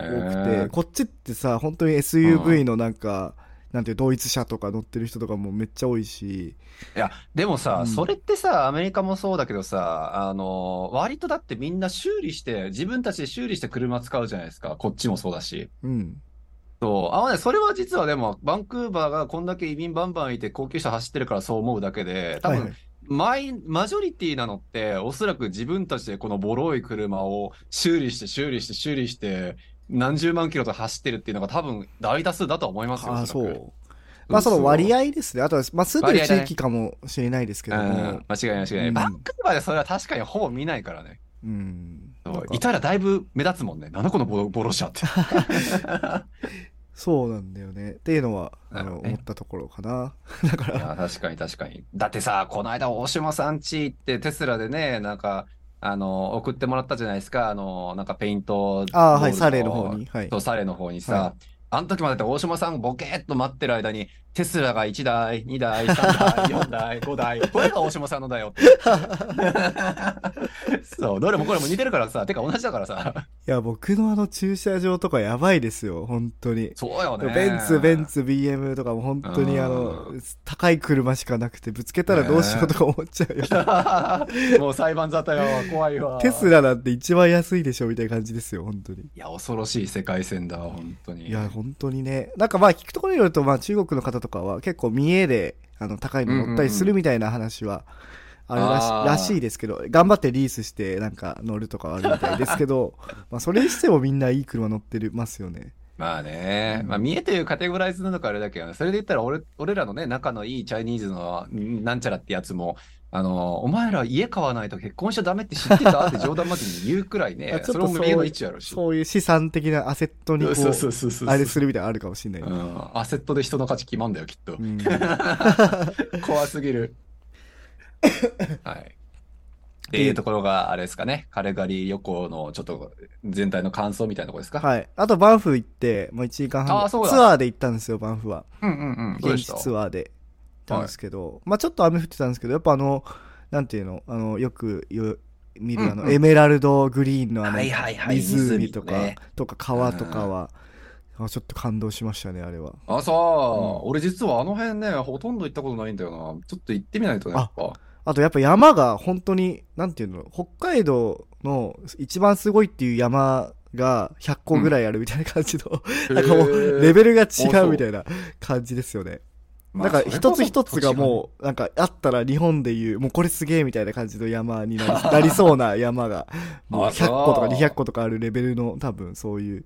[SPEAKER 1] ね。
[SPEAKER 2] くて、こっちってさ、本当に SUV のなんか、なんていう、同一車とか乗ってる人とかもめっちゃ多いし、
[SPEAKER 1] いや、でもさ、
[SPEAKER 2] うん
[SPEAKER 1] それってさ、アメリカもそうだけどさ、あの、割とだってみんな修理して、自分たちで修理して車使うじゃないですか。こっちもそうだし。
[SPEAKER 2] うん。
[SPEAKER 1] そう。あ、まあね、それは実はでも、バンクーバーがこんだけ移民バンバンいて高級車走ってるからそう思うだけで、多
[SPEAKER 2] はい
[SPEAKER 1] 分、
[SPEAKER 2] はい
[SPEAKER 1] マイ、マジョリティなのって、おそらく自分たちでこのボロい車を修理して修理して修理して、何十万キロと走ってるっていうのが多分大多数だとは思いますよ、
[SPEAKER 2] ああ、
[SPEAKER 1] おそ
[SPEAKER 2] そ
[SPEAKER 1] らく。
[SPEAKER 2] う。まあその割合ですね。あとは、まあ住んでる
[SPEAKER 1] 割合だ
[SPEAKER 2] 地
[SPEAKER 1] ね
[SPEAKER 2] 域かもしれないですけ
[SPEAKER 1] う
[SPEAKER 2] ども
[SPEAKER 1] ん、、間違いない間違いない。
[SPEAKER 2] うん
[SPEAKER 1] バンクーバーでそれは確かにほぼ見ないからね。
[SPEAKER 2] うん。
[SPEAKER 1] そう
[SPEAKER 2] なんか
[SPEAKER 1] いたらだいぶ目立つもんね。なんだこのボロボロ車っ て。
[SPEAKER 2] そうなんだよね。っていうのは、あ
[SPEAKER 1] なる
[SPEAKER 2] の、
[SPEAKER 1] ほどね
[SPEAKER 2] 思ったところかな。だか
[SPEAKER 1] い
[SPEAKER 2] ら、
[SPEAKER 1] や確かに確かに。だってさ、この間大島さん家行ってテスラでね、なんか、あの、送ってもらったじゃないですか。あの、なんかペイント
[SPEAKER 2] ああ、はい、
[SPEAKER 1] ボール
[SPEAKER 2] サレーの方に。はい
[SPEAKER 1] そ。う、サレの方に
[SPEAKER 2] は
[SPEAKER 1] さ、あの時までだって大島さんボケーっと待ってる間に、テスラが1台、2台、3台、4台、5台、 これが大島さんのだ よって。そう、どれもこれも似てるからさ、てか同じだからさ。
[SPEAKER 2] いや、僕のあの駐車場とかやばいですよ、本当に。
[SPEAKER 1] そうよね。
[SPEAKER 2] ベンツ、ベンツ、BM とかも本当にあの
[SPEAKER 1] う、
[SPEAKER 2] 高い車しかなくて、ぶつけたらどうしようとか思っちゃう よ。
[SPEAKER 1] もう裁判沙汰よ、怖いわ。
[SPEAKER 2] テスラなんて一番安いでしょ、みたいな感じですよ、本当に。
[SPEAKER 1] いや、恐ろしい世界線だわ、本当に。
[SPEAKER 2] いや、本当にね。なんかまあ聞くところによると、まあ中国の方とかは結構見栄で、あの、高いの乗ったりするみたいな話は、あるらし
[SPEAKER 1] あー
[SPEAKER 2] らしいですけど、頑張ってリースしてなんか乗るとかはあるみたいです けど、まあそれにしてもみんないい車乗ってるますよね。
[SPEAKER 1] まあね、
[SPEAKER 2] うん
[SPEAKER 1] まあ見えというカテゴライズなのかあれだけどね、それで言ったら俺、俺らのね、仲のいいチャイニーズのんなんちゃらってやつも、あの、お前ら家買わないと結婚しちゃダメって知ってたって冗談までに言うくらい
[SPEAKER 2] あ
[SPEAKER 1] ね、
[SPEAKER 2] ちょっと
[SPEAKER 1] それも名の位置やろし。
[SPEAKER 2] そういう資産的なアセットにこ、
[SPEAKER 1] そうそううそうそう。
[SPEAKER 2] あれするみたいなのあるかもし れな
[SPEAKER 1] う
[SPEAKER 2] い。
[SPEAKER 1] ん。アセットで人の価値決まんだよ、きっと
[SPEAKER 2] う。ん
[SPEAKER 1] 怖すぎる。 はい。っていうところが、あれですかね。カルガリー旅行の、ちょっと、全体の感想みたいなところですか。
[SPEAKER 2] はい。あと、バンフ行って、もう1時間半
[SPEAKER 1] あーそうだ
[SPEAKER 2] ツアーで行ったんですよ、バンフは。
[SPEAKER 1] うんうんうん。どうで
[SPEAKER 2] 現
[SPEAKER 1] し
[SPEAKER 2] 地
[SPEAKER 1] た
[SPEAKER 2] ツアーで行ったんですけど、まあちょっと雨降ってたんですけど、やっぱあの、なんていうの、あの、よくよ見るあ
[SPEAKER 1] う
[SPEAKER 2] の、
[SPEAKER 1] んうん
[SPEAKER 2] エメラルドグリーンのあの、
[SPEAKER 1] はいはいはい
[SPEAKER 2] 湖とか、
[SPEAKER 1] 湖ね
[SPEAKER 2] とか川とかは、あちょっと感動しましたね、あれは。
[SPEAKER 1] あ、そう、俺実はあの辺ね、ほとんど行ったことないんだよな。ちょっと行ってみないとね、やっぱ。
[SPEAKER 2] あとやっぱ山が本当に、なんていうの、北海道の一番すごいっていう山が100個ぐらいあるみたいな感じの、なんかもうレ
[SPEAKER 1] ル、
[SPEAKER 2] ベルが違
[SPEAKER 1] あそうう
[SPEAKER 2] みたいな感じですよね。
[SPEAKER 1] ま
[SPEAKER 2] な
[SPEAKER 1] あ
[SPEAKER 2] んか一つ一つが
[SPEAKER 1] そ
[SPEAKER 2] もう、なんかあったら日本でいう、もうこれすげえみたいな感じの山になり なりそうな山が、もう
[SPEAKER 1] あそう
[SPEAKER 2] 100個とか200個とかあるレベルの多分そういう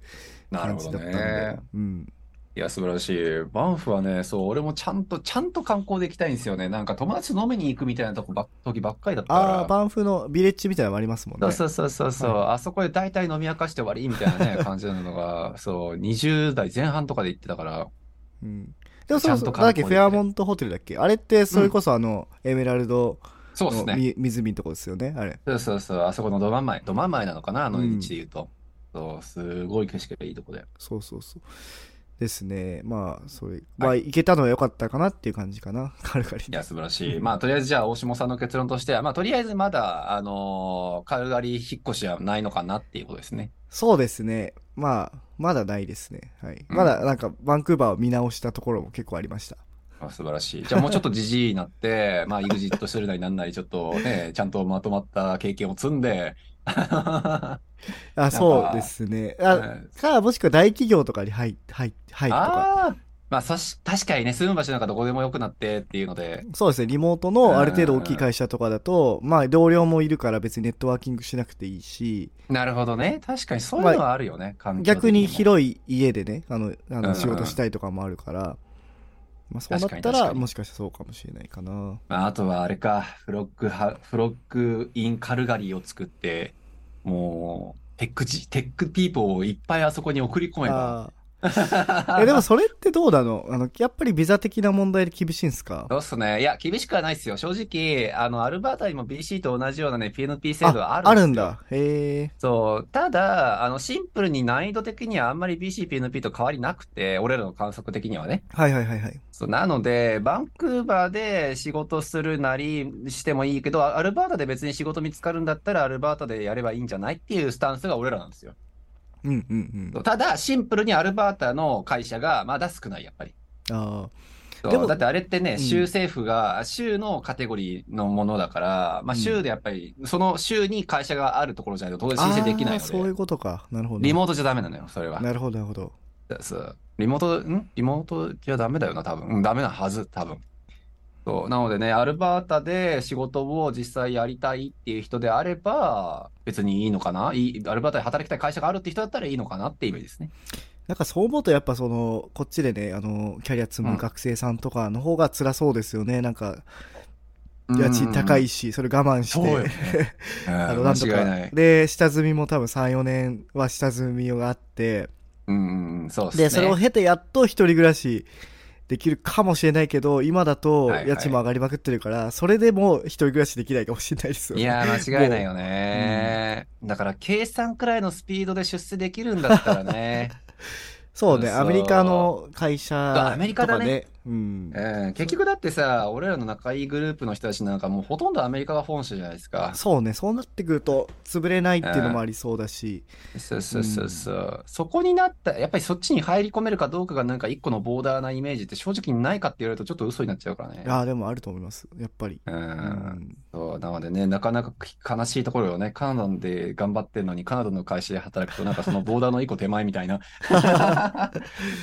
[SPEAKER 1] れは
[SPEAKER 2] 感
[SPEAKER 1] ちょ
[SPEAKER 2] じ
[SPEAKER 1] っ
[SPEAKER 2] だ
[SPEAKER 1] と
[SPEAKER 2] った
[SPEAKER 1] 違う。
[SPEAKER 2] ん
[SPEAKER 1] なるほど
[SPEAKER 2] で
[SPEAKER 1] ね。。
[SPEAKER 2] うん。
[SPEAKER 1] いや、素晴らしい。バンフはね、そう、俺もちゃんと、ちゃんと観光で行きたいんですよね。なんか友達と飲みに行くみたいなとこばっ時ばっかりだったか
[SPEAKER 2] ああ、
[SPEAKER 1] ら。
[SPEAKER 2] バンフのビレッジみたいなのもありますもんね。
[SPEAKER 1] そうそうそうそう、あそこで大体飲み明かして終わりみたいなね、感じなの が、そう、20代前半とかで行ってたから、
[SPEAKER 2] うん。でもそ
[SPEAKER 1] ち
[SPEAKER 2] う
[SPEAKER 1] ゃんと
[SPEAKER 2] そう、
[SPEAKER 1] 観
[SPEAKER 2] だっ
[SPEAKER 1] 光でき
[SPEAKER 2] け、フ
[SPEAKER 1] て
[SPEAKER 2] ェアモントホテルだっけあれって、それこそあの、エメラルド
[SPEAKER 1] そうです
[SPEAKER 2] の
[SPEAKER 1] ね。
[SPEAKER 2] み湖のとこですよね、あれ。
[SPEAKER 1] そうそうそう、あそこのど真ん前、ど真ん前なのかな、あの
[SPEAKER 2] う
[SPEAKER 1] 道
[SPEAKER 2] ん
[SPEAKER 1] で言うと。そう、すごい景色がいいとこで。
[SPEAKER 2] そうそうそう。ですね。まあ、それ、まあ、行けたのは良かったかなっていう感じかな、 軽々に
[SPEAKER 1] い。や、素晴らしい。
[SPEAKER 2] うん
[SPEAKER 1] まあ、とりあえずじゃあ、大下さんの結論としては、まあ、とりあえずまだ、あのーカルガリー引っ越しはないのかなっていうことですね。
[SPEAKER 2] そうですね。まあ、まだないですね。はい。
[SPEAKER 1] うん
[SPEAKER 2] まだ、なんか、バンクーバーを見直したところも結構ありました。
[SPEAKER 1] あ素晴らしい。じゃあ、もうちょっとじじいにな って、まあ、EXIT するなりなんなり、ちょっとね、ちゃんとまとまった経験を積んで、
[SPEAKER 2] あ、
[SPEAKER 1] か
[SPEAKER 2] そうですね。あ、
[SPEAKER 1] うん
[SPEAKER 2] か、もしくは大企業とかに入って、入って、入ってとか。
[SPEAKER 1] ああーまあそし確かにね住む場所なんかどこでもよくなってっていうので
[SPEAKER 2] そうですね。リモートのある程度大きい会社とかだと、まあ、同僚もいるから別にネットワーキングしなくていいし、
[SPEAKER 1] なるほどね確かにそういうのはあるよね、環境的
[SPEAKER 2] 逆に
[SPEAKER 1] も
[SPEAKER 2] 広い家でね、あの、あ
[SPEAKER 1] う
[SPEAKER 2] の
[SPEAKER 1] ん
[SPEAKER 2] 仕事したいとかもあるから、まあ、そうなっ
[SPEAKER 1] 確か
[SPEAKER 2] た、
[SPEAKER 1] に確からに
[SPEAKER 2] もしかしたらそうかもしれないかな。
[SPEAKER 1] まあ、あとはあれかフロックハフロックインカルガリーを作ってもうテックジテックピーポーをいっぱいあそこに送り込めば
[SPEAKER 2] あーえ、でもそれってどうなのあの、やっぱりビザ的な問題で厳しいんですか
[SPEAKER 1] そうっすねいや厳しくはないですよ正直あのアルバータにも BC と同じようなね PNP 制度はあるんですよ
[SPEAKER 2] あるんだ。へえ。
[SPEAKER 1] そう。ただ、あの、シンプルに難易度的にはあんまり BCPNP と変わりなくて、俺らの観測的にはね。
[SPEAKER 2] はいはいはいはい。
[SPEAKER 1] そう、なので、バンクーバーで仕事するなりしてもいいけど、アアルバータで別に仕事見つかるんだったら、アルバータでやればいいんじゃないっていうスタンスが俺らなんですよ。
[SPEAKER 2] うんうんう
[SPEAKER 1] そ
[SPEAKER 2] ん
[SPEAKER 1] う。ただ、シンプルにアルバータの会社がまだ少ない、やっぱり。
[SPEAKER 2] あ
[SPEAKER 1] そう
[SPEAKER 2] でも
[SPEAKER 1] だってあれって
[SPEAKER 2] うん
[SPEAKER 1] ね、州政府が、州のカテゴリーのものだから、まあ、
[SPEAKER 2] うん
[SPEAKER 1] 州でやっぱり、その州に会社があるところじゃないと当
[SPEAKER 2] あ。
[SPEAKER 1] 然申請できない
[SPEAKER 2] あーそうい
[SPEAKER 1] の
[SPEAKER 2] う
[SPEAKER 1] で、
[SPEAKER 2] ことか。なるほど。
[SPEAKER 1] リモートじゃダメなのよ、それは。
[SPEAKER 2] なるほどなるほど。
[SPEAKER 1] そうリモート、んリモートじゃダメだよな、多分。うんダメなはず、多分。そう。なのでね、アルバータで仕事を実際やりたいっていう人であれば、別にいいのかないいアルバータで働きたい会社があるって人だったらいいのかなっていうイメージですね。
[SPEAKER 2] なんかそう思うとやっぱその、こっちでね、あの、キャリア積む学生さんとかの方が辛そうですよね。なんか、家賃高いし、それ我慢し
[SPEAKER 1] そうよね
[SPEAKER 2] て。
[SPEAKER 1] うん。
[SPEAKER 2] あ
[SPEAKER 1] うん間
[SPEAKER 2] の、なんと
[SPEAKER 1] 違いな
[SPEAKER 2] か
[SPEAKER 1] い。。
[SPEAKER 2] で、下積みも多分3、4年は下積みがあって、
[SPEAKER 1] うんうんうん、そうっすね。
[SPEAKER 2] で、それを経てやっと一人暮らしできるかもしれないけど、今だと
[SPEAKER 1] はいはい
[SPEAKER 2] 家賃も上がりまくってるから、それでもう一人暮らしできないかもしれないですよね。
[SPEAKER 1] いやー、間違いないよね、だから、計算くらいのスピードで出世できるんだったらね。
[SPEAKER 2] そうね、
[SPEAKER 1] そう
[SPEAKER 2] アメリカの会社
[SPEAKER 1] アメリカだね
[SPEAKER 2] とかうん。
[SPEAKER 1] うん、結局だってさ、俺らの仲いいグループの人たちなんかもうほとんどアメリカが本社じゃないですか。
[SPEAKER 2] そうね、そうなってくると、潰れないっていうのもありそうだし、
[SPEAKER 1] そうそうそうそう。そこになった、やっぱりそっちに入り込めるかどうかがなんか一個のボーダーなイメージって正直にないかって言われるとちょっと嘘になっちゃうからね。
[SPEAKER 2] ああ、でもあると思います、やっぱり。
[SPEAKER 1] う。
[SPEAKER 2] うんん
[SPEAKER 1] そう、なのでね、なかなか悲しいところよね。カナダで頑張ってるのに、カナダの会社で働くと、なんかそのボーダーの一個手前みたいな。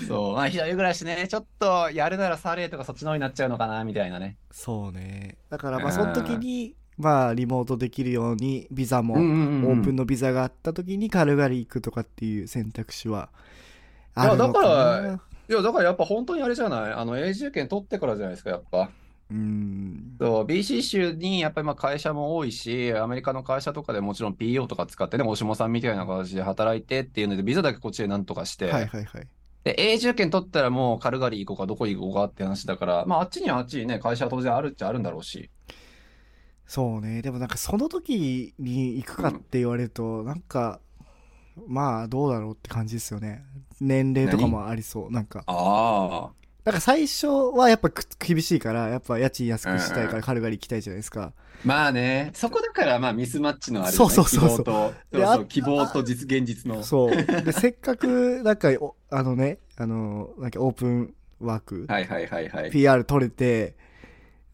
[SPEAKER 1] そう、まあ、一人暮らしね、ちょっとやるならサレーとかそっちの方になっちゃうのかな、みたいなね。
[SPEAKER 2] そうね。だから、ま
[SPEAKER 1] う
[SPEAKER 2] あ、
[SPEAKER 1] ん
[SPEAKER 2] その時に、まあ、リモートできるように、ビザも、
[SPEAKER 1] うん
[SPEAKER 2] オ
[SPEAKER 1] うんうん
[SPEAKER 2] ープンのビザがあった時に、カルガリー行くとかっていう選択肢は、
[SPEAKER 1] いや
[SPEAKER 2] あるのかな。
[SPEAKER 1] だからいや、だからやっぱ本当にあれじゃないあの、永住権取ってからじゃないですか、やっぱ。
[SPEAKER 2] うん。
[SPEAKER 1] そう、BC 州にやっぱりまあ会社も多いし、アメリカの会社とかでもちろん PO とか使ってね、大下さんみたいな形で働いてっていうので、ビザだけこっちでなんとかして、
[SPEAKER 2] はいはいはい。
[SPEAKER 1] で、永住権取ったらもうカルガリー行こうか、どこ行こうかって話だから、まああっちにはあっちにね、会社は当然あるっちゃあるんだろうし。
[SPEAKER 2] そうねでもなんかその時に行くかって言われると、なんかまあどうだろうって感じですよね年齢とかもありそうなんか
[SPEAKER 1] ああ。
[SPEAKER 2] なんか最初はやっぱく厳しいからやっぱ家賃安くしたいか
[SPEAKER 1] うんう
[SPEAKER 2] らカルガリー行きたいじゃないですか、
[SPEAKER 1] まあね、そこだから、まあ、ミスマッチのあれ、ね、
[SPEAKER 2] そうそうそうそう
[SPEAKER 1] 希望と、そ
[SPEAKER 2] で
[SPEAKER 1] うそう
[SPEAKER 2] あ
[SPEAKER 1] 希望と実現実の。
[SPEAKER 2] そうでせっかくなんかおあのねあのなんかオープンワーク、
[SPEAKER 1] はいはいはいはい。
[SPEAKER 2] PR 取れて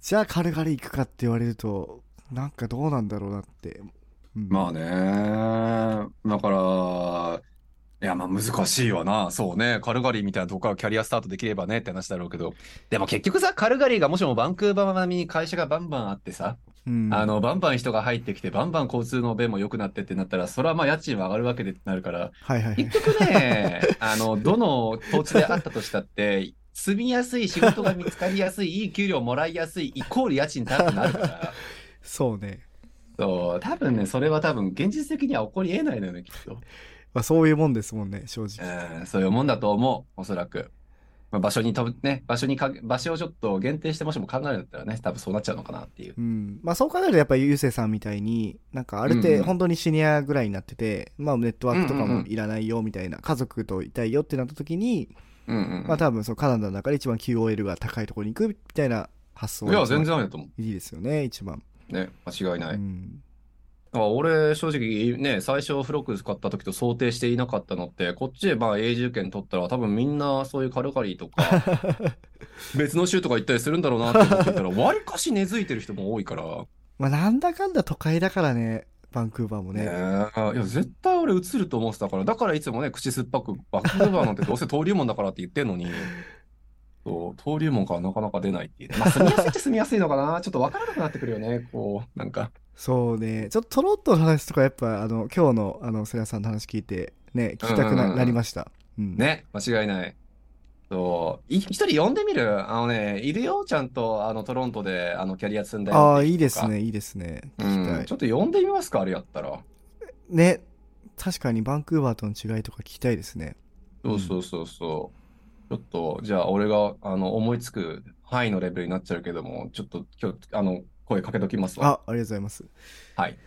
[SPEAKER 2] じゃあカルガリー行くかって言われるとなんかどうなんだろうなって、うん
[SPEAKER 1] まあね、だから、いや、まあ難しいわな。そうね、カルガリーみたいなとこからキャリアスタートできればねって話だろうけど、でも結局さ、カルガリーがもしもバンクーバー並みに会社がバンバンあってさ、
[SPEAKER 2] うん
[SPEAKER 1] あの、バンバン人が入ってきて、バンバン交通の便も良くなってってなったら、それはまあ家賃は上がるわけでってなる から、
[SPEAKER 2] はいはいはい
[SPEAKER 1] 結局ね、あの、どの土地であったとしたって、住みやすい、仕事が見つかりやすい、いい給料もらいやすい、イコール家賃高くなるから、
[SPEAKER 2] そうね、
[SPEAKER 1] そう、多分ね、それは多分現実的には起こり得ないのよね、きっと。
[SPEAKER 2] まあ、そういうもんですもんね正直
[SPEAKER 1] うん、そういうもんだと思う、おそらく。まあ、場所にと、ね、場所にか、場所をちょっと限定してもしも考えるんだったらね、多分そうなっちゃうのかなっていう。
[SPEAKER 2] うんまあ、そう考えるとやっぱりゆうせいさんみたいになんかある程
[SPEAKER 1] うんう
[SPEAKER 2] 度
[SPEAKER 1] ん
[SPEAKER 2] 本当にシニアぐらいになってて、まあ、ネットワークと
[SPEAKER 1] う
[SPEAKER 2] か
[SPEAKER 1] んうん
[SPEAKER 2] も
[SPEAKER 1] うん
[SPEAKER 2] いらないよみたいな、家族といたいよってなった時に、
[SPEAKER 1] うんうんうん
[SPEAKER 2] まあ、多分そのカナダの中で一番 QOL が高いところに行くみたいな発想
[SPEAKER 1] い
[SPEAKER 2] が
[SPEAKER 1] や、
[SPEAKER 2] 一番
[SPEAKER 1] 全然ありだと思
[SPEAKER 2] いいですよね一番、
[SPEAKER 1] う。ね、間違いない。
[SPEAKER 2] うん、
[SPEAKER 1] あ俺、正直ね、最初フロック使った時と想定していなかったのって、こっちでまあ永住権取ったら多分みんなそういうカルカリーとか、別の州とか行ったりするんだろうなって思ってたら、わりかし根付いてる人も多いから。
[SPEAKER 2] まあ、なんだかんだ都会だからねバンクーバーもね
[SPEAKER 1] ねえ。いや、絶対俺映ると思ってたから、だからいつもね、口酸っぱく、バックーバーなんて どうせ登竜門だからって言ってんのに、そう、登竜門からなかなか出ないっていう。まあ住みやすいっちゃ住みやすいのかな。 ちょっとわからなくなってくるよね、こう、なんか。
[SPEAKER 2] そうねちょっとトロッとの話とかやっぱあの今日のあのセラさんの話聞いてね聞きたく
[SPEAKER 1] うんうん
[SPEAKER 2] な,、
[SPEAKER 1] うん
[SPEAKER 2] りました、うん、
[SPEAKER 1] ね、間違いない。そう、い一人呼んでみるあのね、いるよ、ちゃんと、あの、トロントで、あの、キャリア積んだよ
[SPEAKER 2] あ
[SPEAKER 1] っ
[SPEAKER 2] あ
[SPEAKER 1] て
[SPEAKER 2] いい
[SPEAKER 1] 人
[SPEAKER 2] で
[SPEAKER 1] とか
[SPEAKER 2] す。ねいいですね
[SPEAKER 1] う
[SPEAKER 2] 聞きたい
[SPEAKER 1] ん、ちょっと呼んでみますか、あれやったら。
[SPEAKER 2] ね確かにバンクーバーとの違いとか聞きたいですね
[SPEAKER 1] そうそうそうそう。ちょっと、じゃあ、俺が、あの、思いつく範囲のレベルになっちゃうけども、ちょっと、今日、あの、声かけときますわ。
[SPEAKER 2] あありがとうございます
[SPEAKER 1] はい。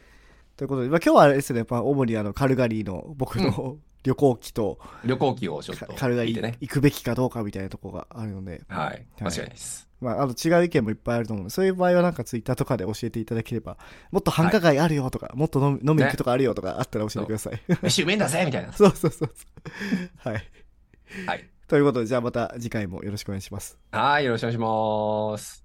[SPEAKER 2] ということで、まあ、今日はあれですねやっぱ主にあのカルガリーの僕の、 旅行記と
[SPEAKER 1] 旅行記をちょっ
[SPEAKER 2] カ
[SPEAKER 1] と
[SPEAKER 2] カルガ
[SPEAKER 1] 聞
[SPEAKER 2] リ
[SPEAKER 1] いて
[SPEAKER 2] ー
[SPEAKER 1] ね。
[SPEAKER 2] 行くべきかどうかみたいなとこがあるので、
[SPEAKER 1] はい、間違いないです。
[SPEAKER 2] まあ、あの違う意見もいっぱいあると思うのでそういう場合はなんかツイッターとかで教えていただければもっと繁華街あるよとか、もっと飲み飲み行くとかあるよとかあったら教えてください、
[SPEAKER 1] 飯うめえんだぜみたいな。
[SPEAKER 2] そうそうそうそうはい、
[SPEAKER 1] はい、
[SPEAKER 2] ということでじゃあまた次回もよろしくお願いします
[SPEAKER 1] はい、よろしくお願いします。